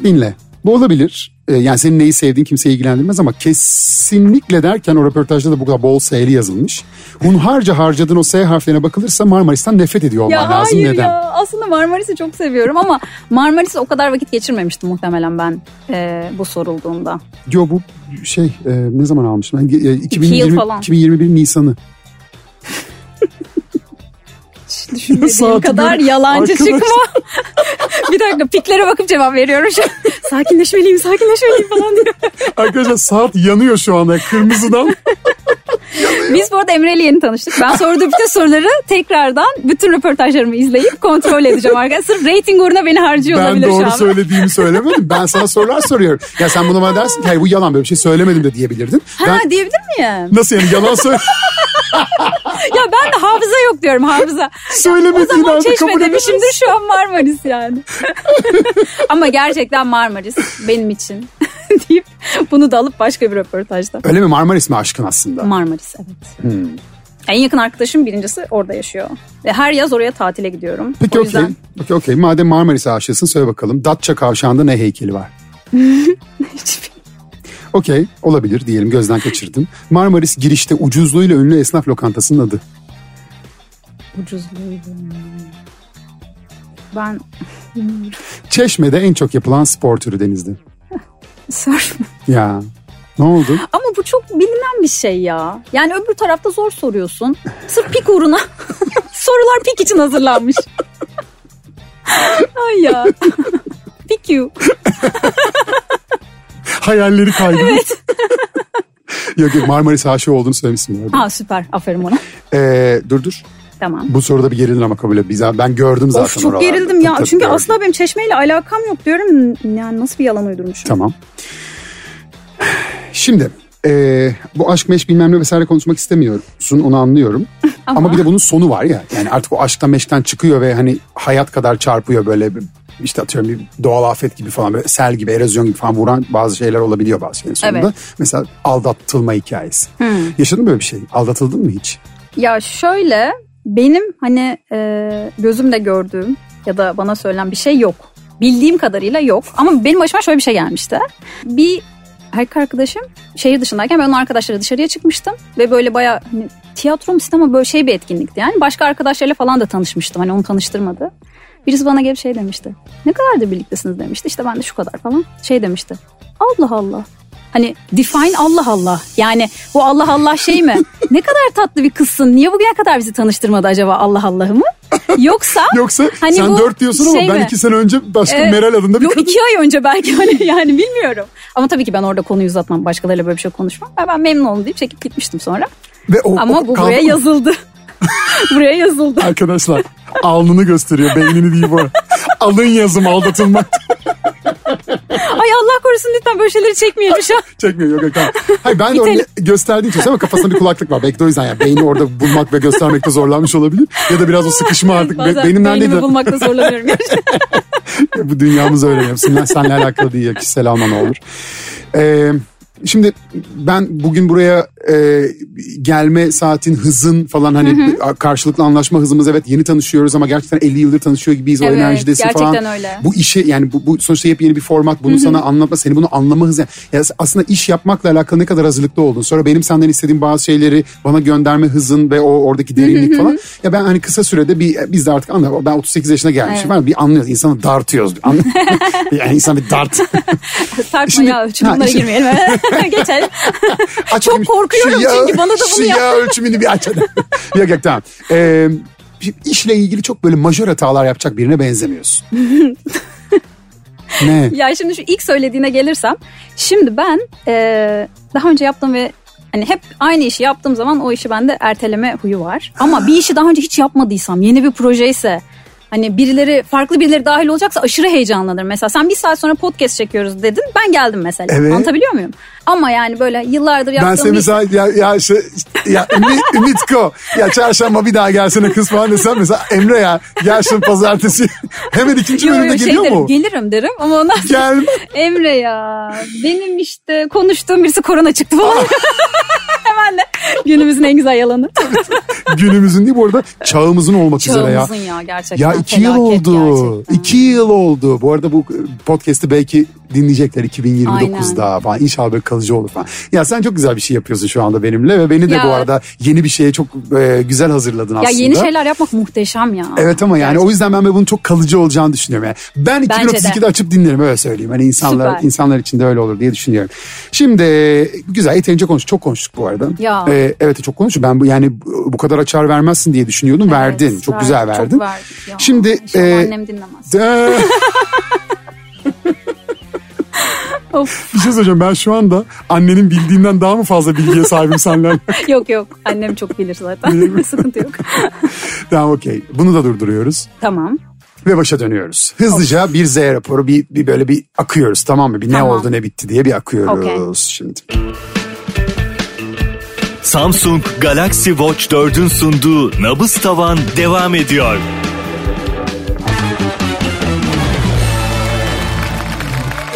Dinle. Bu olabilir. E, yani senin neyi sevdiğin kimseyi ilgilendirmez ama kesinlikle derken o röportajda da bu kadar bol S'li yazılmış. Hunharca harcadığın o S harflerine bakılırsa Marmaris'ten nefret ediyor olman
Ya
lazım.
hayır
Neden?
ya aslında Marmaris'i çok seviyorum ama Marmaris'e o kadar vakit geçirmemiştim muhtemelen ben e, bu sorulduğunda.
Yo bu şey e, ne zaman almıştım? Ben, ge- e, 2020,
yıl falan.
2021 Nisan'ı.
Hiç [LAUGHS] Düşünmediğim
Saati
kadar
böyle-
yalancı
Arkadaş-
çıkma. [LAUGHS] bir dakika piklere bakıp cevap veriyorum şu an. [LAUGHS] Sakinleşmeliyim sakinleşmeliyim falan diyor.
[LAUGHS] Arkadaşlar saat yanıyor şu anda kırmızıdan.
[LAUGHS] Biz bu arada Emre ile yeni tanıştık. Ben sorduğu bütün soruları tekrardan bütün röportajlarımı izleyip kontrol edeceğim arkadaşlar. Sırf rating uğruna beni harcıyor
ben
olabilir şu
doğru
an. [LAUGHS]
söylediğimi söylemedim. Ben sana sorular soruyorum. Ya sen buna bana dersin ki hayır bu yalan böyle bir şey söylemedim de diyebilirdin.
Ha
Ben,
diyebilir
[LAUGHS]
miyim?
nasıl yani
[LAUGHS]
yalan söyle
Ya ben de hafıza yok diyorum hafıza. O
söylemediğin
zaman
halde kabul
çeşme
edemezsin.
demişimdir şu an
[LAUGHS]
Marmaris yani. Ama gerçekten Marmaris benim için [LAUGHS] deyip bunu da alıp başka bir röportajda.
Öyle mi Marmaris mi aşkın aslında?
Marmaris evet.
Hmm.
En yakın arkadaşım birincisi orada yaşıyor. Ve her yaz oraya tatile gidiyorum.
Peki
o
okey.
yüzden
Okey okey. Madem
[LAUGHS] şey.
Marmaris'e aşığısın söyle bakalım. Datça kavşağında ne heykeli var?
hiçbir-
Okey olabilir diyelim gözden kaçırdım. Marmaris girişte ucuzluğuyla ünlü esnaf lokantasının adı.
Ucuzluydu. Ben [LAUGHS]
Çeşme'de en çok yapılan spor türü denizde.
sörf
Ya ne oldu?
[LAUGHS] Ama bu çok bilinen bir şey ya. Yani öbür tarafta zor soruyorsun. Sırf pik uğruna. [LAUGHS] Sorular pik için hazırlanmış. Ay ya. Pik you.
Hayalleri kaydı. [LAUGHS] yok yok Marmaris aşığı olduğunu söylemişsin bu arada.
Ha süper. Aferin ona.
Ee, dur dur.
Tamam.
Bu soruda bir gerildin ama kabul et. Biz- Ben gördüm zaten
Of çok
oralarda.
gerildim ya.
Tabii, tabii,
Çünkü
gördüm.
asla benim çeşmeyle alakam yok diyorum. Yani nasıl bir yalan uydurmuşum.
Tamam. Şimdi eee, bu aşk meşk bilmem ne vesaire konuşmak istemiyorsun onu
[LAUGHS]
anlıyorum. Ama. bir de bunun sonu var ya yani artık o aşktan meşkten çıkıyor ve hani hayat kadar çarpıyor böyle bir- işte atıyorum bir doğal afet gibi falan böyle sel gibi erozyon gibi falan vuran bazı şeyler olabiliyor bazı şeylerin sonunda.
Evet.
Mesela aldatılma hikayesi. Yaşadın mı böyle bir şey? Aldatıldın mı hiç?
Hmm. Ya şöyle benim hani e, gözümle gördüğüm ya da bana söylenen bir şey yok. Bildiğim kadarıyla yok. Ama benim başıma şöyle bir şey gelmişti. Bir erkek arkadaşım şehir dışındayken ben onun arkadaşları dışarıya çıkmıştım. Ve böyle baya hani, tiyatro mu sinema böyle şey bir etkinlikti yani. Başka arkadaşlarıyla falan da tanışmıştım. Hani onu tanıştırmadı. Birisi bana gelip şey demişti. Ne kadardır birliktesiniz demişti. İşte ben de şu kadar falan. Şey demişti. Allah Allah. Hani define Allah Allah. Yani bu Allah Allah şey mi? ne kadar tatlı bir kızsın. Niye bugüne kadar bizi tanıştırmadı acaba Allah Allah'ı mı? Yoksa
Yoksa
Hani
sen
bu
dört diyorsun
şey
ama ben
mi?
iki sene önce başka
Evet.
Meral adında bir
Yok
kadın.
iki ay önce belki hani [LAUGHS] yani bilmiyorum. Ama tabii ki ben orada konuyu uzatmam. Başkalarıyla böyle bir şey konuşmam. Ben, ben memnun oldum deyip çekip gitmiştim sonra.
Ve o,
Ama
o
bu
kamp-
buraya yazıldı. [LAUGHS]
[LAUGHS]
buraya yazıldı.
Arkadaşlar alnını gösteriyor beynini değil bu. Alın yazım aldatılma.
Ay Allah korusun lütfen böyle şeyleri çekmeyelim şu an.
Çekmiyor yok yok. tamam. Hayır ben de onu
İtele-
gösterdiğim için ama kafasında bir kulaklık var. Belki de o yüzden yani beyni orada bulmak ve göstermekte zorlanmış olabilir. Ya da biraz o sıkışma artık. Be-
[LAUGHS] Bazen
benim neredeydi?
beynimi
[LAUGHS]
bulmakta zorlanıyorum.
Bu dünyamız öyle. Hepsinden senle alakalı değil. ya, Kişisel alma ne olur. Ee, şimdi ben bugün buraya e, gelme saatin hızın falan hani karşılıklı anlaşma hızımız evet yeni tanışıyoruz ama gerçekten 50 yıldır tanışıyor gibiyiz o
Evet,
enerjidesin falan.
gerçekten öyle.
Bu işe yani bu, bu sonuçta yepyeni bir format bunu sana anlatma seni bunu anlama hızı. Yani aslında iş yapmakla alakalı ne kadar hazırlıklı oldun. Sonra benim senden istediğim bazı şeyleri bana gönderme hızın ve o oradaki derinlik falan. Ya ben hani kısa sürede bir biz de artık anlıyoruz. Ben 38 yaşına gelmişim.
Evet.
falan Bir anlıyoruz. İnsanı dartıyoruz. [LAUGHS] Bir anlıyoruz. yani insan bir dart.
Tartma
Şimdi-
ya ölçü
Ha,
bunlara
işte-
girmeyelim. [LAUGHS]
[LAUGHS]
Geçelim.
Aç
Çok
bakayım şu
korkuyorum
yağ-
çünkü bana da bunu
şu
yap-
yağ ölçümünü bir aç
[LAUGHS]
hadi. yok yok tamam. Ee, şimdi işle ilgili çok böyle majör hatalar yapacak birine benzemiyorsun. ne?
Ya şimdi şu ilk söylediğine gelirsem. Şimdi ben eee, daha önce yaptım ve hani hep aynı işi yaptığım zaman o işi bende erteleme huyu var. Ama bir işi daha önce hiç yapmadıysam yeni bir proje ise hani birileri farklı birileri dahil olacaksa aşırı heyecanlanırım. Mesela sen bir saat sonra podcast çekiyoruz dedin ben geldim mesela.
Evet.
Anlatabiliyor muyum? Ama yani böyle yıllardır
Ben
yaptığım
seni
bir...
mesela ya, ya, şey, ya Ümit, Ümitko ya çarşamba bir daha gelsene kız falan desem mesela Emre ya gel şimdi pazartesi [LAUGHS] hemen ikinci
Yo, yo,
bölümde
şey
geliyor
derim,
mu?
Gelirim derim ama ondan sonra
Gel.
Emre ya benim işte konuştuğum birisi korona çıktı falan. [LAUGHS] Hemen de günümüzün en güzel yalanı.
Günümüzün değil bu arada çağımızın olmak üzere ya.
Çağımızın ya gerçekten.
Ya iki yıl
felaket
oldu.
gerçekten.
İki yıl oldu. Bu arada bu podcast'i belki dinleyecekler 2029'da falan. İnşallah böyle kalıcı olur falan. Ya sen çok güzel bir şey yapıyorsun şu anda benimle ve beni de
Ya.
bu arada yeni bir şeye çok e, güzel hazırladın
Ya
aslında.
yeni şeyler yapmak muhteşem ya.
Evet ama yani o yüzden ben de bunun çok kalıcı olacağını düşünüyorum. Yani ben
Bence de.
2032'de açıp dinlerim öyle söyleyeyim. Hani insanlar
Süper.
insanlar için de öyle olur diye düşünüyorum. Şimdi güzel yeterince konuştuk. Çok konuştuk bu arada.
Ya.
Ee, evet çok konuştuk. Ben bu yani bu kadar açar vermezsin diye düşünüyordum. verdin. Çok güzel verdin.
Çok verdik ya.
Şimdi,
İnşallah
e, Ee, [LAUGHS]
annem dinlemez.
De-
Of. [LAUGHS]
Bir şey söyleyeceğim ben şu anda annenin bildiğinden daha mı fazla bilgiye sahibim senden?
Yok yok annem çok bilir zaten. [LAUGHS] Sıkıntı yok.
[LAUGHS] tamam okey bunu da durduruyoruz
tamam.
ve başa dönüyoruz. Hızlıca bir Z raporu bir, bir böyle bir akıyoruz tamam mı? Bir ne
Tamam.
oldu ne bitti diye bir akıyoruz
Okey.
şimdi.
Samsung Galaxy Watch 4'ün sunduğu nabız tavan devam ediyor.
[LAUGHS]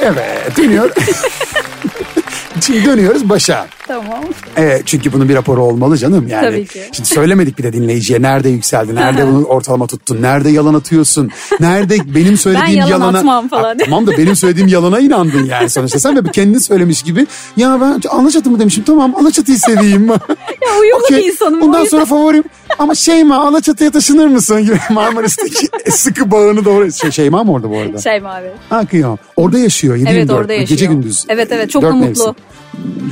Evet dönüyor. şimdi dönüyoruz başa.
Tamam.
E, çünkü bunun bir raporu olmalı canım yani.
Tabii ki.
Şimdi söylemedik bir de dinleyiciye nerede yükseldi,
[LAUGHS]
nerede bunu ortalama tuttun, nerede yalan atıyorsun, nerede benim söylediğim
yalan
yalana...
atmam falan.
Ha, tamam da benim söylediğim yalana inandın yani sonuçta. Sen de kendini söylemiş gibi ya ben Alaçatı mı demişim tamam Alaçatı'yı
[LAUGHS]
seveyim. ya
uyumlu bir insanım, o
Bundan
yüzden.
sonra favorim ama Şeyma Alaçatı'ya taşınır mısın [LAUGHS] gibi Marmaris'teki
[LAUGHS]
sıkı bağını doğru. Şey, Şeyma mı orada bu arada?
Şey abi.
Ha kıyamam. Orada yaşıyor 7
Evet orada yaşıyor.
Gece gündüz.
Evet evet çok da
Dört
mutlu.
mevsim.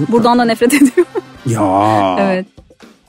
Buradan da nefret ediyor.
Ya.
evet.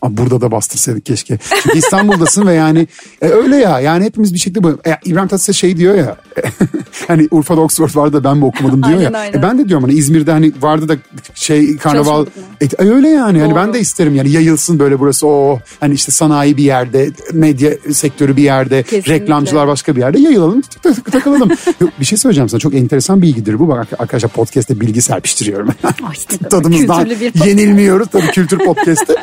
Aa, Burada da bastırsaydık keşke. Çünkü İstanbul'dasın ve yani e, öyle ya yani hepimiz bir şekilde bu. E, İbrahim Tatlıses şey diyor ya [LAUGHS] hani Urfa'da Oxford vardı da ben mi okumadım diyor
Aynen,
ya.
aynen.
E, ben de diyorum hani İzmir'de hani vardı da şey karnaval. E, öyle yani yani
Doğru.
ben de isterim yani yayılsın böyle burası o hani işte sanayi bir yerde medya sektörü bir yerde
Kesinlikle.
reklamcılar başka bir yerde yayılalım tık tık tık takılalım. [LAUGHS] Yok, bir şey söyleyeceğim sana çok enteresan bilgidir bu bak arkadaşlar podcast'te bilgi serpiştiriyorum. [LAUGHS]
Ay, ne kadar
Tadımızdan
kültürlü bir podcast.
yenilmiyoruz tabii kültür
[LAUGHS]
podcast'te.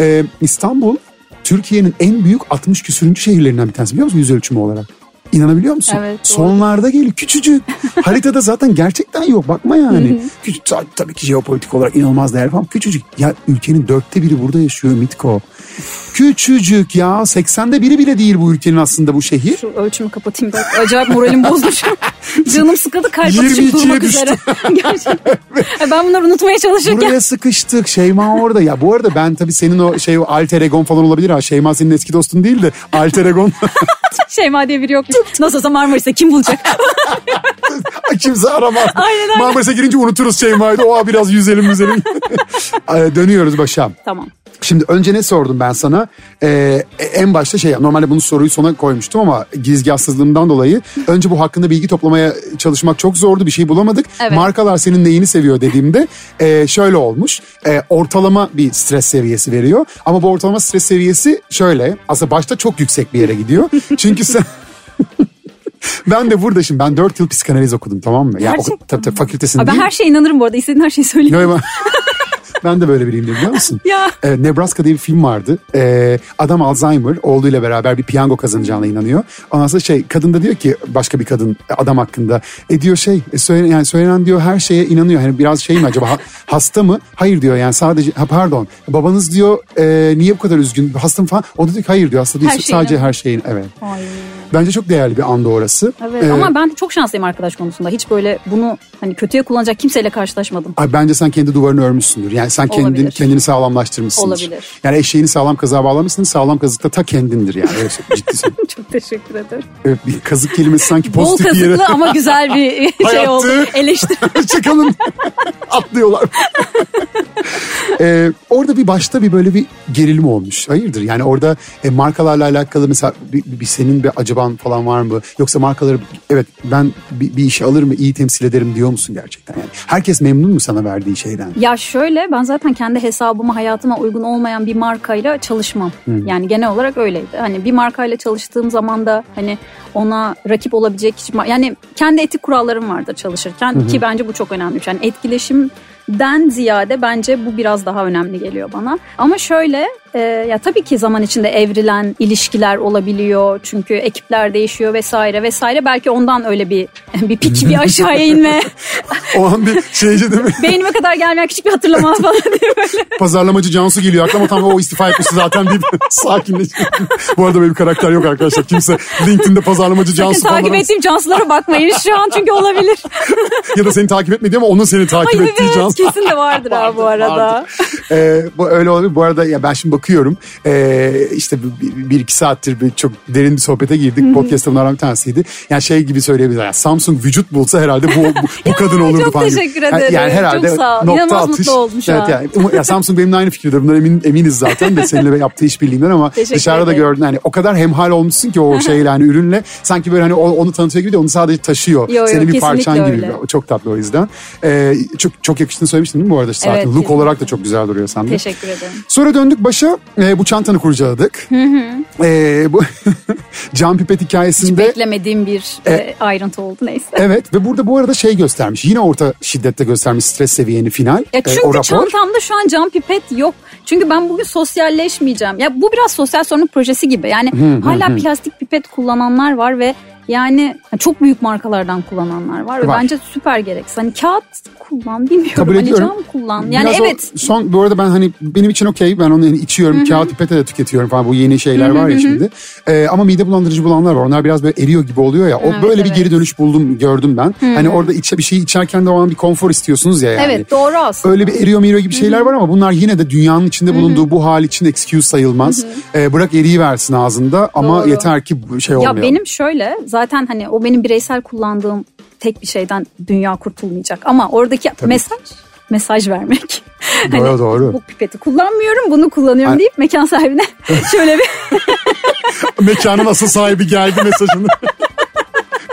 Ee, İstanbul Türkiye'nin en büyük 60 küsürüncü şehirlerinden bir tanesi biliyor musun yüz ölçümü olarak? İnanabiliyor musun?
Evet, doğru.
Sonlarda geliyor küçücük. Haritada zaten gerçekten yok bakma yani. Küçük, ta- tabii ki jeopolitik olarak inanılmaz değer falan küçücük. Ya ülkenin dörtte biri burada yaşıyor Mitko. Küçücük ya 80'de biri bile değil bu ülkenin aslında bu şehir.
Şu ölçümü kapatayım da acayip moralim
[LAUGHS]
bozdu şu an. Canım sıkıldı kalp atışım
22'ye
durmak
düştü. [LAUGHS]
üzere. Gerçekten. Ay, Ben bunları unutmaya çalışırken.
Buraya sıkıştık. Şeyma orada. Ya bu arada ben tabii senin o şey o alter egon falan olabilir ha. Şeyma senin eski dostun değil de alter egon.
[LAUGHS] Şeyma diye şey, biri yok. Nasıl olsa Marmaris'te kim
[LAUGHS]
bulacak?
Kimse aramaz.
Aynen, aynen.
Marmaris'e girince unuturuz Şeyma'yı. da. Oha biraz yüzelim
[LAUGHS]
yüzelim. Ee, Dönüyoruz başa.
tamam.
Şimdi önce ne sordum ben sana? Ee, en başta şey normalde bunu soruyu sona koymuştum ama gizgahsızlığımdan dolayı önce bu hakkında bilgi toplamaya çalışmak çok zordu bir şey bulamadık.
Evet.
Markalar senin neyini seviyor dediğimde ee, şöyle olmuş Ee, ortalama bir stres seviyesi veriyor ama bu ortalama stres seviyesi şöyle aslında başta çok yüksek bir yere gidiyor çünkü sen... [LAUGHS] Ben de burada şimdi ben 4 yıl psikanaliz okudum tamam mı? Ya,
Gerçekten
oku- tabii tabii fakültesinde
Ay, ben her şeye inanırım bu arada. İstediğin her şeyi söyleyeyim.
Yo, ben... [LAUGHS] ben de böyle biriyim de biliyor musun?
Ya.
Ee, Nebraska diye bir film vardı. Ee, adam Alzheimer oğluyla beraber bir piyango kazanacağına inanıyor. Ondan sonra şey kadın da diyor ki başka bir kadın adam hakkında. E diyor şey e, söyle, yani söylenen diyor her şeye inanıyor. Hani biraz şey mi acaba ha- [LAUGHS] hasta mı? Hayır diyor yani sadece ha, pardon babanız diyor e, niye bu kadar üzgün hasta mı falan. O da diyor ki hayır diyor hasta değil
Her şeye
sadece
inanıyor.
her şeyin evet.
Ay.
Bence çok değerli bir anda orası.
Evet
Ee,
ama ben çok şanslıyım arkadaş konusunda. Hiç böyle bunu hani kötüye kullanacak kimseyle karşılaşmadım.
Ay bence sen kendi duvarını örmüşsündür. Yani sen kendini,
Olabilir.
kendini sağlamlaştırmışsındır.
Olabilir.
Yani eşeğini sağlam kazığa bağlamışsın. Sağlam kazıkta ta kendindir yani. Öyle söyleyeyim, ciddi söylüyorum.
[LAUGHS] Çok teşekkür ederim.
Evet, bir kazık kelimesi sanki
Bol
pozitif bir yere [LAUGHS]
kazıklı ama güzel bir şey
Hayatı.
oldu. Eleştiri.
çıkalım. Atlıyorlar. Ee, orada bir başta bir böyle bir gerilim olmuş. Hayırdır yani orada e, markalarla alakalı mesela bir, bir- bir senin bir acaban falan var mı? Yoksa markaları evet ben bir, bir işe alır mı iyi temsil ederim diyor musun gerçekten? Yani herkes memnun mu sana verdiği şeyden?
Ya şöyle ben zaten kendi hesabıma hayatıma uygun olmayan bir markayla çalışmam. Yani genel olarak öyleydi. Hani bir markayla çalıştığım zaman da hani ona rakip olabilecek hiç ma- yani kendi etik kurallarım vardı çalışırken ki bence bu çok önemli. Yani etkileşimden ziyade bence bu biraz daha önemli geliyor bana. Ama şöyle e, ya tabii ki zaman içinde evrilen ilişkiler olabiliyor. Çünkü ekipler değişiyor vesaire vesaire. Belki ondan öyle bir [LAUGHS] bir pik bir aşağıya inme.
O an bir şeyci değil mi?
Beynime kadar gelmeyen küçük bir hatırlama falan diye böyle.
Pazarlamacı Cansu geliyor aklıma tam o istifa etmişti zaten deyip [LAUGHS] sakinleş. Bu arada böyle bir karakter yok arkadaşlar. Kimse LinkedIn'de pazarlamacı Cansu
Sakın takip
falan
ettiğim cansılara bakmayın şu an
[LAUGHS]
çünkü olabilir.
ya da seni takip etmedi ama onun seni takip
Ay
ettiği
evet
Cansu.
kesin de vardır ha bu
Vardır,
arada.
vardır. [LAUGHS] Ee, bu öyle olabilir. Bu arada ya ben şimdi bakıyorum. Ee, işte bir, bir- bir iki saattir bir çok derin bir sohbete girdik. Podcast'ın bunlardan bir tanesiydi. Yani şey gibi söyleyebiliriz. Yani Samsung vücut bulsa herhalde bu, bu,
[LAUGHS]
bu kadın olurdu
çok
falan. gibi.
teşekkür
Yani-
ederim.
Yani herhalde
Çok sağ ol.
nokta
İnanılmaz
atış.
mutlu oldum şu
evet,
an.
Yani, ya Samsung benimle aynı fikirde. Bunlar emin, eminiz zaten de seninle yaptığı işbirliğinden ama
Teşekkür
dışarıda da
ederim.
gördün. Hani o kadar hemhal olmuşsun ki
[LAUGHS]
o şeyle hani ürünle. Sanki böyle hani o- onu tanıtıyor gibi de onu sadece taşıyor.
yo,
Senin bir
kesinlikle
parçan gibi.
öyle.
Çok tatlı o yüzden. Ee, çok çok yakıştığını söylemiştin değil mi bu arada saatin?
Evet,
Look
kesinlikle.
olarak da çok güzel duruyor sende.
Teşekkür ederim.
Sonra döndük başa e, bu çantanı kurcaladık. E, bu [LAUGHS] Can Pipet hikayesinde
Beklemediğim bir e, ayrıntı oldu neyse.
evet ve burada bu arada şey göstermiş. Yine orta şiddette göstermiş stres seviyeni final.
Ya
e,
çünkü
o rapor.
çantamda şu an cam pipet yok. Çünkü ben bugün sosyalleşmeyeceğim. Ya bu biraz sosyal sorumluluk projesi gibi. Yani hala plastik pipet kullananlar var ve Yani çok büyük markalardan kullananlar var. Ve
Var.
bence süper gereksiz. Hani kağıt kullan bilmiyorum.
Kabul
hani
ediyorum.
cam kullan. Yani
Biraz o-
evet
son bu arada ben hani benim için okey ben onu yani içiyorum kağıt pipete de tüketiyorum falan bu yeni şeyler var ya şimdi. Ee, ama mide bulandırıcı bulanlar var onlar biraz böyle eriyor gibi oluyor ya o
Evet,
böyle
evet.
bir geri dönüş buldum gördüm ben. Hani orada içe, bir şeyi içerken de o an bir konfor istiyorsunuz ya yani.
evet doğru aslında.
Öyle bir eriyor meriyor gibi şeyler var ama bunlar yine de dünyanın içinde bulunduğu bu hal için excuse sayılmaz. Ee, bırak eriyi versin ağzında ama
Doğru.
yeter ki bu şey olmuyor.
Ya benim şöyle zaten hani o benim bireysel kullandığım tek bir şeyden dünya kurtulmayacak. Ama oradaki mesaj mesaj vermek. [LAUGHS]
Doğru, doğru.
hani Bu pipeti kullanmıyorum bunu kullanıyorum
Ay-
deyip mekan
[LAUGHS]
sahibine şöyle bir
Mekanın asıl sahibi geldi mesajını.
[LAUGHS]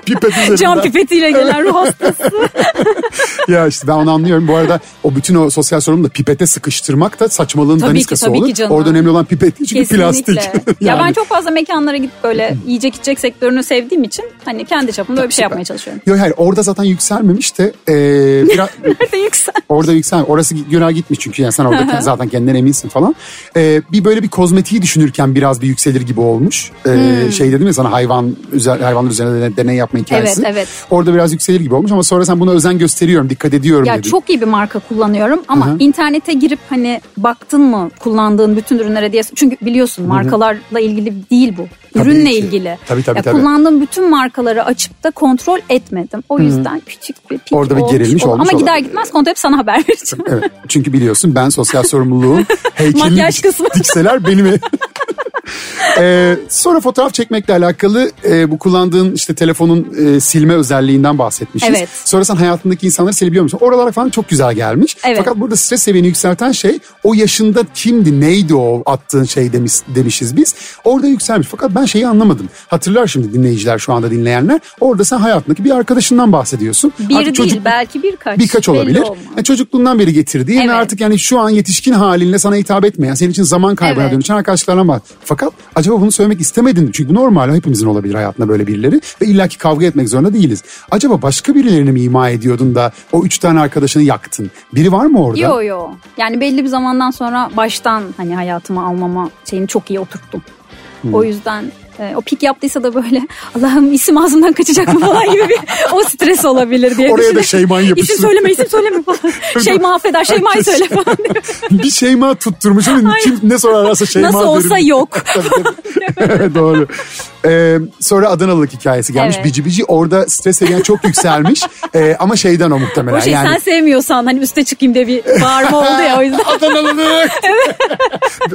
Pipet üzerinden.
cam pipetiyle gelen ruh hastası.
ya işte ben onu anlıyorum. Bu arada o bütün o sosyal sorumluluğu da pipete sıkıştırmak da saçmalığın
Tabii ki,
daniskası
tabii ki
olur.
canım.
Orada önemli olan pipet değil [LAUGHS] çünkü
Kesinlikle.
plastik. [LAUGHS]
Ya ben
Yani.
çok fazla mekanlara gidip böyle yiyecek içecek sektörünü sevdiğim için hani kendi çapımda böyle bir şey
Süper.
yapmaya çalışıyorum. [LAUGHS]
Yok hayır orada zaten yükselmemiş de e, biraz,
Nerede yüksel?
orada yüksel orası günah gitmiş çünkü yani sen
[LAUGHS]
orada zaten kendinden eminsin falan. E, bir böyle bir kozmetiği düşünürken biraz bir yükselir gibi olmuş. E,
Hmm.
Şey dedim ya sana hayvan üzer, hayvanlar üzerine dene- deney yapma hikayesi.
Evet, evet.
Orada biraz yükselir gibi olmuş ama sonra sen buna özen gösteriyorum dikkat ediyorum
Ya
dedin.
çok iyi bir marka kullanıyorum ama
Hı hı.
internete girip hani baktın mı kullandığın bütün ürünlere diye çünkü biliyorsun markalarla ilgili değil bu.
Tabii
Ürünle
ki.
ilgili.
Tabii, tabii,
ya
tabii.
kullandığım bütün markaları açıp da kontrol etmedim. O yüzden küçük bir pik
Orada bir
olmuş
gerilmiş
olur.
olmuş
Ama gider
olabilir.
gitmez kontrol hep sana haber [LAUGHS] vereceğim.
Evet. Çünkü biliyorsun ben sosyal
[LAUGHS]
sorumluluğun heykelini
Makyaj kısmı.
dikseler
[LAUGHS]
benim. Ee, sonra fotoğraf çekmekle alakalı e, bu kullandığın işte telefonun e, silme özelliğinden bahsetmişiz.
Evet.
Sonra sen hayatındaki insanları silebiliyor musun? Oralara falan çok güzel gelmiş.
Evet.
Fakat burada stres seviyeni yükselten şey o yaşında kimdi neydi o attığın şey demiş, demişiz biz. Orada yükselmiş fakat ben şeyi anlamadım. Hatırlar şimdi dinleyiciler şu anda dinleyenler. Orada sen hayatındaki bir arkadaşından bahsediyorsun.
Bir
Artık
değil
çocukluk-
belki birkaç.
birkaç
Belli
olabilir.
olmaz.
Yani çocukluğundan beri getirdiği
Evet.
ve artık yani şu an yetişkin halinle sana hitap etmeyen, senin için zaman kaybına
Evet.
dönüşen arkadaşlarına var. Fakat acaba bunu söylemek istemedin mi? Çünkü bu normal hepimizin olabilir hayatında böyle birileri ve illaki kavga etmek zorunda değiliz. Acaba başka birilerini mi ima ediyordun da o üç tane arkadaşını yaktın? Biri var mı orada?
Yo yo. Yani belli bir zamandan sonra baştan hani hayatıma almama şeyini çok iyi oturttum. O yüzden e, o pik yaptıysa da böyle [LAUGHS] Allah'ım isim ağzımdan kaçacak mı falan gibi bir o stres olabilir diye
Oraya da
düşünüyorum.
Şeyman
İsim
yapıştı.
söyleme isim
[LAUGHS]
söyleme falan. Şeyma affeder Şeyma'yı söyle falan. diyor.
[LAUGHS] bir Şeyma tutturmuşum. Kim ne
[LAUGHS]
sorarlarsa [LAUGHS] Şeyma
Nasıl
[LAUGHS]
olsa
derim.
yok.
Doğru. Ee, sonra Adanalılık hikayesi gelmiş.
Evet.
Bici Bici orada stres seviyen çok yükselmiş. Ee, ama şeyden o muhtemelen.
O şey
yani,
sen sevmiyorsan hani üste çıkayım diye bir bağırma oldu ya o [LAUGHS] yüzden.
[LAUGHS] Adanalılık.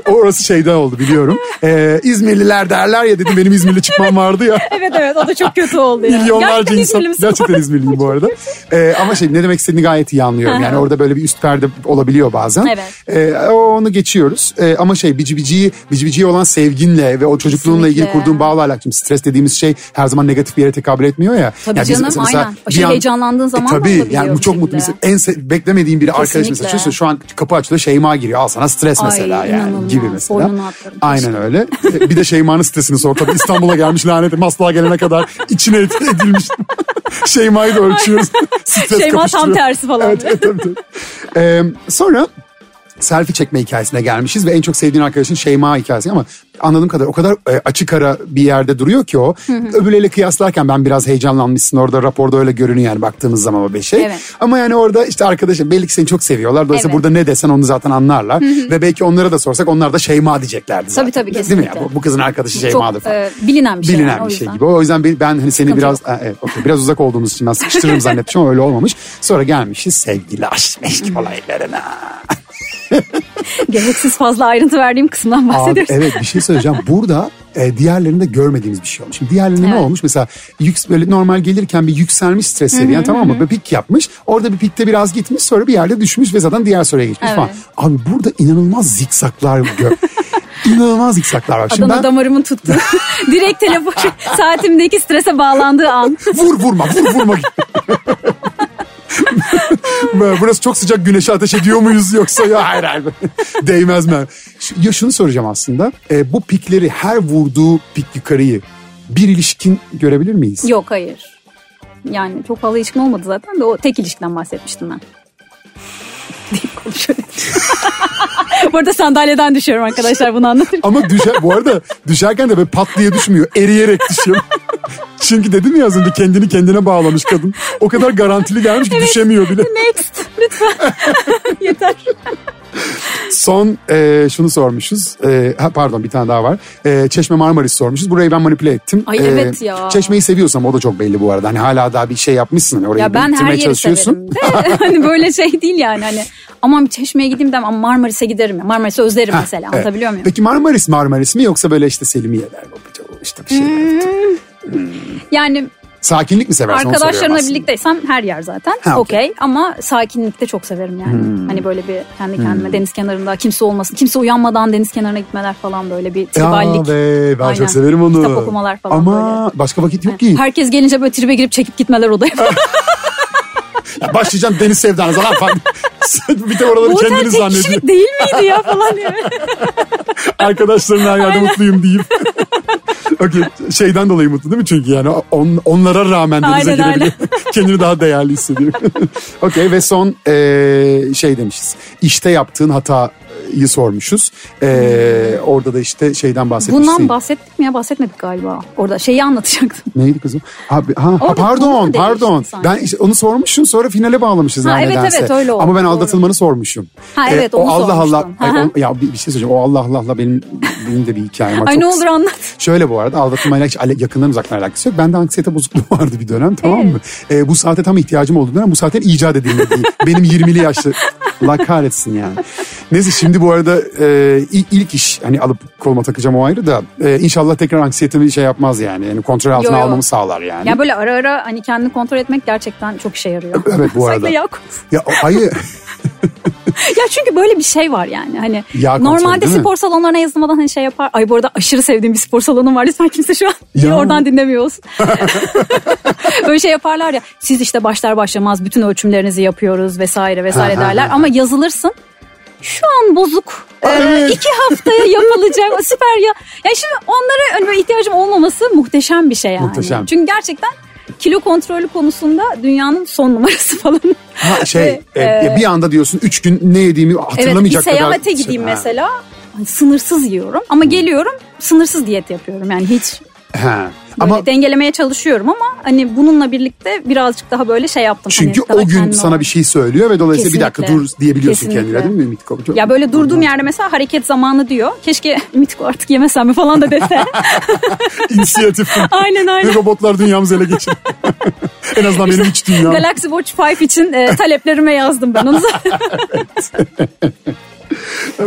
Orası şeyden oldu biliyorum. Ee, İzmirliler derler ya dedim benim İzmirli çıkmam vardı ya.
Evet evet o da çok kötü oldu ya.
Milyonlarca
Gerçekten
insan.
İzmirli misin?
Gerçekten İzmirliyim bu
[LAUGHS]
arada. Ee, ama şey ne demek istediğini gayet iyi anlıyorum. Yani orada böyle bir üst perde olabiliyor bazen.
Evet.
Ee, onu geçiyoruz. Ee, ama şey Bici Bici'yi, Bici Bici'ye olan sevginle ve o çocukluğunla ilgili
Kesinlikle.
kurduğun bağla alakalı. Şimdi stres dediğimiz şey her zaman negatif bir yere tekabül etmiyor ya.
Tabii
Yani biz
canım
mesela
aynen.
bir
Aşırı
an- E,
heyecanlandığın zaman da
tabii
olabiliyor
yani bu
bir
çok mutlu.
şekilde.
Mesela en se- beklemediğin biri arkadaş
Kesinlikle.
mesela açıyorsa şu an kapı açılıyor Şeyma giriyor. Al sana stres
Ay,
mesela yani
inanılmaz.
gibi mesela.
Boynunu atlarım.
Aynen öyle. E, bir de Şeyma'nın stresini sor. Tabii İstanbul'a gelmiş lanet Maslak'a gelene kadar içine et- edilmiş. [LAUGHS] Şeyma'yı da ölçüyoruz. [LAUGHS] Stres
Şeyma tam
kapıştırıyor.
tersi falan.
Evet, evet, tabii, tabii. Ee, sonra selfie çekme hikayesine gelmişiz ve en çok sevdiğin arkadaşın Şeyma hikayesi ama anladığım kadar o kadar e, açık ara bir yerde duruyor ki o. Öbürleriyle kıyaslarken ben biraz heyecanlanmışsın orada raporda öyle görünüyor yani baktığımız zaman o bir şey.
Evet.
Ama yani orada işte arkadaşım belli ki seni çok seviyorlar. Dolayısıyla
Evet.
burada ne desen onu zaten anlarlar. ve belki onlara da sorsak onlar da Şeyma diyeceklerdi zaten.
Tabii, tabii,
Değil mi ya?
kesinlikle.
Bu, bu kızın arkadaşı Şeyma'dır
Çok
falan.
e, bilinen bir şey.
Bilinen
yani, o
bir şey
yüzden.
gibi. O yüzden ben, ben hani seni
Sıkıntı
biraz Ha, evet, okey. biraz uzak olduğumuz için ben sıkıştırırım zannetmişim ama öyle olmamış. Sonra gelmişiz sevgili aşk
Hmm.
meşk olaylarına.
Gereksiz fazla ayrıntı verdiğim kısımdan
Abi,
bahsediyoruz.
evet bir şey söyleyeceğim. Burada e, diğerlerinde görmediğimiz bir şey olmuş. Şimdi diğerlerinde ne
Evet.
olmuş? Mesela yüks, böyle normal gelirken bir yükselmiş stres seviyen tamam mı? Bir pik yapmış. Orada bir pikte biraz gitmiş sonra bir yerde düşmüş ve zaten diğer soruya geçmiş
Evet.
falan. Abi burada inanılmaz zikzaklar
[LAUGHS]
gör. inanılmaz zikzaklar var. Şimdi
Adana
ben [LAUGHS]
damarımın tuttuğu. Direkt telefon saatimdeki strese bağlandığı an.
vur vurma vur vurma. Böyle Burası çok sıcak güneşe ateş ediyor muyuz yoksa ya hayır hayır değmez mi? Şu- Ya şunu soracağım aslında E, bu pikleri her vurduğu pik yukarıyı bir ilişkin görebilir miyiz?
Yok hayır. Yani çok fazla ilişkim olmadı zaten de o tek ilişkiden bahsetmiştim ben. Deyip konuşuyorum. [LAUGHS] Bu arada sandalyeden düşüyorum arkadaşlar bunu anlatırken.
Ama düşer, bu arada düşerken de böyle pat diye düşmüyor eriyerek düşüyor. Çünkü dedim ya az önce kendini kendine bağlamış kadın. O kadar garantili gelmiş ki düşemiyor bile.
Next lütfen. [LAUGHS] Yeter.
Son e, şunu sormuşuz. E, ha, pardon bir tane daha var. E, Çeşme Marmaris sormuşuz. Burayı ben manipüle ettim.
Ay,
E,
evet ya.
Çeşmeyi seviyorsam o da çok belli bu arada. Hani hala daha bir şey yapmışsın. Hani orayı
Ya ben her
bitirmeye
yeri
çalışıyorsun.
severim. [LAUGHS] de. hani böyle şey değil yani hani. Aman bir çeşmeye gideyim de ama Marmaris'e giderim. ya. Marmaris'e özlerim mesela.
Evet.
Anlatabiliyor muyum?
Peki Marmaris Marmaris mi yoksa böyle işte Selimiyeler mi? İşte bir şeyler.
Hmm. Yani
Sakinlik mi seversin onu soruyorum
arkadaşlarımla
aslında.
birlikteysem her yer zaten.
Ha, okey. Hmm.
Okey ama sakinlikte çok severim yani. Hani böyle bir kendi kendime deniz kenarında kimse olmasın. Kimse uyanmadan deniz kenarına gitmeler falan böyle bir
Ya
triballik.
be, ben
Aynen.
çok severim onu.
Kitap okumalar falan
Ama başka vakit yok ki.
Herkes gelince böyle tribe girip çekip gitmeler odaya.
[LAUGHS] Ya başlayacağım deniz sevdanıza lan falan. [LAUGHS] bir de
Bu
oraları
otel
kendiniz
tek
zannediyor.
kişilik değil miydi ya
[LAUGHS]
falan diye.
Arkadaşlarım her yerde mutluyum
[LAUGHS]
deyip. Okey şeyden dolayı mutlu değil mi? Çünkü yani on, onlara rağmen denize
Aynen,
girebiliyor. [LAUGHS] Kendini daha değerli
[LAUGHS]
hissediyor. Okey ve son eee, şey demişiz. İşte yaptığın hatayı sormuşuz. Eee, Orada da işte şeyden bahsetmişsin.
Hmm. Bundan bahsettik mi ya bahsetmedik galiba. Orada şeyi anlatacaktım.
Neydi kızım? Abi, ha, ha,
Orada konu
pardon
mu
pardon.
değişti sanki?
Ben işte onu sormuşum sonra finale bağlamışız
Ha,
her
evet,
nedense.
evet, öyle oldu,
Ama ben
doğru.
aldatılmanı sormuşum. E,
Ha, evet,
o
onu
Allah Allah.
sormuştun.
Ay,
Hı hı.
o- ya bir, bir şey söyleyeceğim. O Allah Allah'la benim benim de bir hikayem var.
Ay
Çok
ne
kısa.
olur anlat.
Şöyle bu arada aldatılmayla hiç ale- yakından uzaktan alakası yok. Bende anksiyete bozukluğu [LAUGHS] vardı bir dönem tamam mı? Ee, bu saate tam ihtiyacım olduğu dönem bu saatten icat
[LAUGHS]
edilmediği. benim 20'li yaşlı. Allah kahretsin yani. Neyse şimdi bu arada e, il- ilk iş hani alıp koluma takacağım o ayrı da e, inşallah tekrar anksiyetimi şey yapmaz yani. yani kontrol altına
Yo, yo.
almamı sağlar yani.
Ya böyle ara ara hani kendini kontrol etmek gerçekten çok işe yarıyor.
Evet,
[LAUGHS]
bu arada.
Özellikle Yakult.
Ya o- hayır.
[LAUGHS] Ya çünkü böyle bir şey var yani hani
Yağ kontrolü,
normalde
değil mi?
spor salonlarına yazılmadan hani şey yapar. Ay bu arada aşırı sevdiğim bir spor salonum var lütfen kimse şu an
[LAUGHS] Ya.
oradan dinlemiyor olsun. [LAUGHS] böyle şey yaparlar ya siz işte başlar başlamaz bütün ölçümlerinizi yapıyoruz vesaire vesaire
Ha, ha,
derler
ha.
ama yazılırsın şu an bozuk. Ee,
Evet.
iki
[LAUGHS]
haftaya yapılacak o süper ya. Ya şimdi onlara hani böyle ihtiyacım olmaması muhteşem bir şey yani.
Muhteşem.
Çünkü gerçekten kilo kontrolü konusunda dünyanın son numarası falan.
Ha,
[LAUGHS]
şey
Ve,
e, ya bir anda diyorsun 3 gün ne yediğimi
Evet bir
hatırlamayacak kadar. şey.
seyahate gideyim
Ha.
mesela. Hani Sınırsız yiyorum ama geliyorum sınırsız diyet yapıyorum. Yani hiç
Ha.
böyle
Ama
dengelemeye çalışıyorum ama hani bununla birlikte birazcık daha böyle şey yaptım.
Çünkü
Hani daha
o gün
kendime
sana
olan-
bir şey söylüyor ve dolayısıyla bir dakika
Kesinlikle.
dur diyebiliyorsun
Kesinlikle.
kendine değil mi Ümit Koç?
Ya böyle durduğum yerde mesela hareket zamanı diyor. Keşke [LAUGHS] mitik artık yemesem mi falan
[LAUGHS]
da dese.
[LAUGHS]
[LAUGHS]
İnisiyatif.
aynen aynen.
robotlar dünyamızı ele geçirdi. [LAUGHS] en azından benim iç dünyam.
Galaxy Watch 5 için e, taleplerime yazdım ben onu.
[LAUGHS]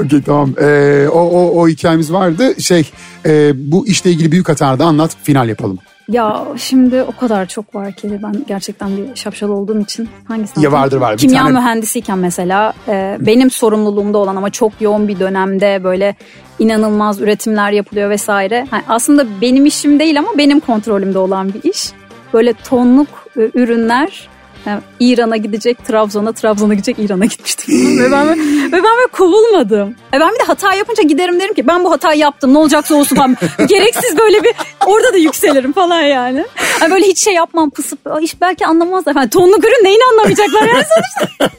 Okey tamam. Ee, o, o, o hikayemiz vardı. Şey e, bu işle ilgili büyük hatanı da anlat final yapalım.
ya şimdi o kadar çok var ki ben gerçekten bir şapşal olduğum için hangisini
Ya vardır var. Bir
Kimya
tane-
mühendisiyken mesela e, benim sorumluluğumda olan ama çok yoğun bir dönemde böyle inanılmaz üretimler yapılıyor vesaire. Ha, aslında benim işim değil ama benim kontrolümde olan bir iş. Böyle tonluk e, ürünler e, İran'a gidecek, Trabzon'a, Trabzon'a gidecek, İran'a gitmiştim. ve ben böyle, ve ben böyle kovulmadım. E, ben bir de hata yapınca giderim derim ki ben bu hatayı yaptım ne olacaksa olsun falan. [LAUGHS] Gereksiz böyle bir orada da yükselirim falan yani. Hani böyle hiç şey yapmam pısıp "Ay, iş belki anlamazlar. falan. tonluk ürün neyini anlamayacaklar yani sonuçta.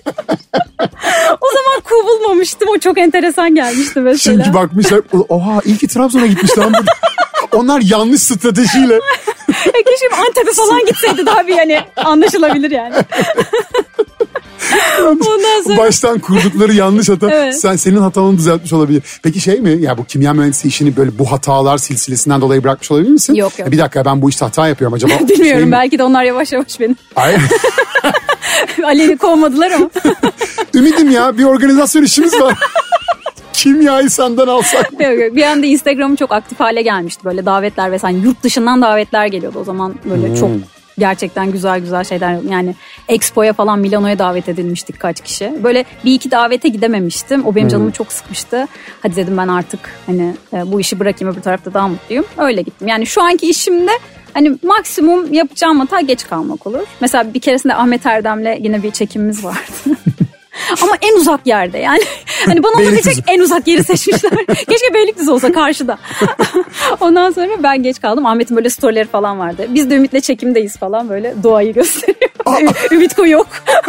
o zaman kovulmamıştım. O çok enteresan gelmişti mesela.
Çünkü bakmışlar oha iyi ki Trabzon'a gitmiş lan bu. [LAUGHS] Onlar yanlış stratejiyle.
E, Keşke Antep'e falan gitseydi daha bir hani anlaşılabilir yani. Ondan sonra
Baştan kurdukları yanlış hata.
[LAUGHS] Evet.
Sen senin hatanı düzeltmiş olabilir. Peki şey mi? Ya bu kimya mühendisi işini böyle bu hatalar silsilesinden dolayı bırakmış olabilir misin?
Yok, yok.
Bir dakika ben bu işte hata yapıyorum acaba.
[LAUGHS] bilmiyorum
şey mi?
belki de onlar yavaş yavaş [LAUGHS] beni
Ay,
aleni kovmadılar ama.
ümidim ya bir organizasyon işimiz
[LAUGHS]
var. Kimyayı senden alsak.
Yok, yok. Bir anda Instagram'ım çok aktif hale gelmişti böyle davetler vesaire. Yurt dışından davetler geliyordu o zaman böyle çok gerçekten güzel güzel şeyler yani Expo'ya falan Milano'ya davet edilmiştik kaç kişi. Böyle bir iki davete gidememiştim. O benim canımı çok sıkmıştı. Hadi dedim ben artık hani e, bu işi bırakayım öbür tarafta daha mutluyum. Öyle gittim. Yani şu anki işimde hani maksimum yapacağım hata geç kalmak olur.
[LAUGHS]
Mesela bir keresinde Ahmet Erdem'le yine bir çekimimiz vardı. Ama en uzak yerde yani. hani bana
Beylikdüzü.
olabilecek en uzak
[LAUGHS]
yeri seçmişler. Keşke Beylikdüzü olsa karşıda. [LAUGHS] Ondan sonra ben geç kaldım. Ahmet'in böyle storyleri falan vardı. Biz de Ümit'le çekimdeyiz falan böyle doğayı gösteriyor. Ü- Ümitko yok.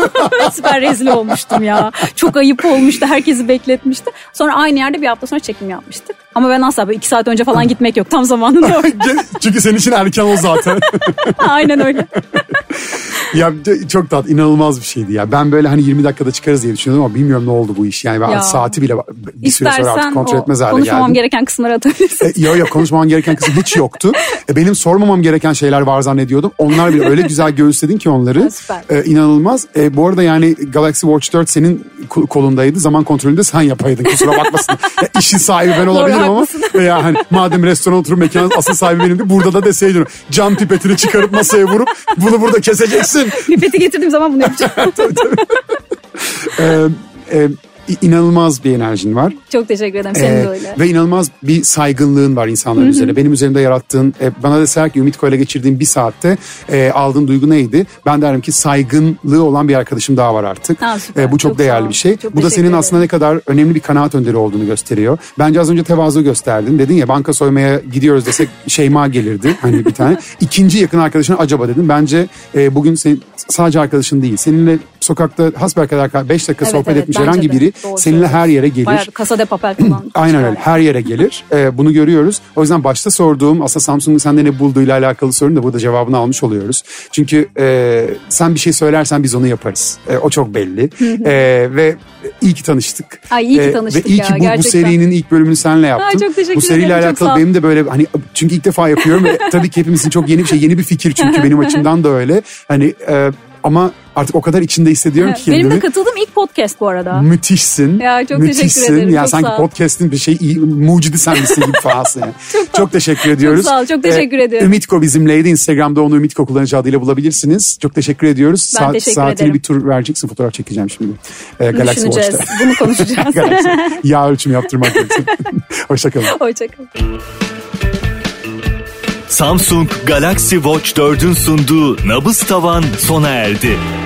[LAUGHS] Süper rezil olmuştum ya. Çok ayıp olmuştu. Herkesi bekletmişti. Sonra aynı yerde bir hafta sonra çekim yapmıştık. Ama ben asla böyle iki saat önce falan gitmek yok. Tam zamanında
[LAUGHS]
orada.
Çünkü senin için erken o zaten.
Aynen öyle.
ya c- çok tat inanılmaz bir şeydi ya. Ben böyle hani 20 dakikada çıkarız diye düşünüyordum ama bilmiyorum ne oldu bu iş. Yani ben
Ya.
saati bile bir süre sonra
İstersen
artık
o
kontrol etmez hale
konuşmamam
geldim.
gereken kısımları atabilirsin. [LAUGHS]
E, Yo yo konuşmamam gereken kısım hiç yoktu. E, benim sormamam gereken şeyler var zannediyordum. Onlar bile öyle güzel göğüsledin ki onları.
Ha, süper.
E, inanılmaz. E, bu arada yani Galaxy Watch 4 senin ku- kolundaydı. Zaman kontrolünü de sen yapaydın. Kusura bakmasın. Ya, işin sahibi ben olabilirim ama.
haklısın.
E, ya, hani, madem restoran oturum mekanı asıl sahibi benimdi. Burada da deseydin. Cam pipetini çıkarıp masaya vurup bunu burada keseceksin.
Pipeti getirdiğim zaman bunu yapacağım.
[LAUGHS] E, e, i- inanılmaz bir enerjin var.
Çok teşekkür ederim. Senin de
Ee,
öyle.
Ve inanılmaz bir saygınlığın var insanların üzerine. Benim üzerimde yarattığın, e, bana deseler ki Ümit Koy'la geçirdiğim bir saatte e, aldığın duygu neydi? Ben derim ki saygınlığı olan bir arkadaşım daha var artık. E,
Ha, süper.
bu çok,
Çok sağ
değerli
ol.
bir şey.
Çok
bu da
teşekkür
senin
ederim.
aslında ne kadar önemli bir kanaat önderi olduğunu gösteriyor. Bence az önce tevazu gösterdin. Dedin ya banka soymaya gidiyoruz desek Şeyma gelirdi. Hani bir
[LAUGHS]
tane. İkinci yakın arkadaşına acaba dedim. Bence e, bugün senin sadece arkadaşın değil. Seninle sokakta hasbelkader 5 dakika
Evet,
sohbet
evet,
etmiş
bence
herhangi
de.
biri
Doğru
seninle her yere
Bayağı
gelir.
kasa de papel falan.
[CLEARS THROAT] Aynen
çıkar.
öyle. Her yere gelir. Ee, bunu görüyoruz. O yüzden başta sorduğum aslında Samsung'un sende ne bulduğuyla alakalı sorun da burada cevabını almış oluyoruz. Çünkü e, sen bir şey söylersen biz onu yaparız. E, o çok belli. E, ve iyi ki tanıştık.
Ay, iyi ki
E,
tanıştık
ve iyi
ya,
ki bu, bu
gerçekten.
serinin ilk bölümünü senle yaptım.
çok teşekkür
Bu seriyle
ederim, çok
alakalı
sağ ol.
benim de böyle hani çünkü ilk defa yapıyorum.
[LAUGHS]
ve tabii ki hepimizin çok yeni bir şey, yeni bir fikir çünkü benim açımdan da öyle. Hani e, ama artık o kadar içinde hissediyorum
Evet,
ki
Benim
kendimi.
de katıldığım ilk podcast bu arada.
Müthişsin.
Ya çok
müthişsin.
teşekkür ederim,
Ya
çok
sanki
sağ ol.
podcast'in bir şey iyi- mucidi sen misin gibi fahası.
[LAUGHS]
Yani. çok, teşekkür ediyoruz. Ee,
sağ ol, çok teşekkür ediyorum.
Ümitko bizimleydi. Instagram'da onu Ümitko kullanıcı adıyla bulabilirsiniz. Çok teşekkür ediyoruz.
Ben teşekkür
saatini
ederim.
bir tur vereceksin. Fotoğraf çekeceğim şimdi. Ee, Galaxy
Düşüneceğiz.
Watch'ta.
Bunu
[LAUGHS]
konuşacağız. [LAUGHS]
Galaxy. Yağ ölçümü yaptırmak [LAUGHS] için. Hoşçakalın.
Hoşçakalın.
Samsung Galaxy Watch 4'ün sunduğu nabız tavan sona erdi.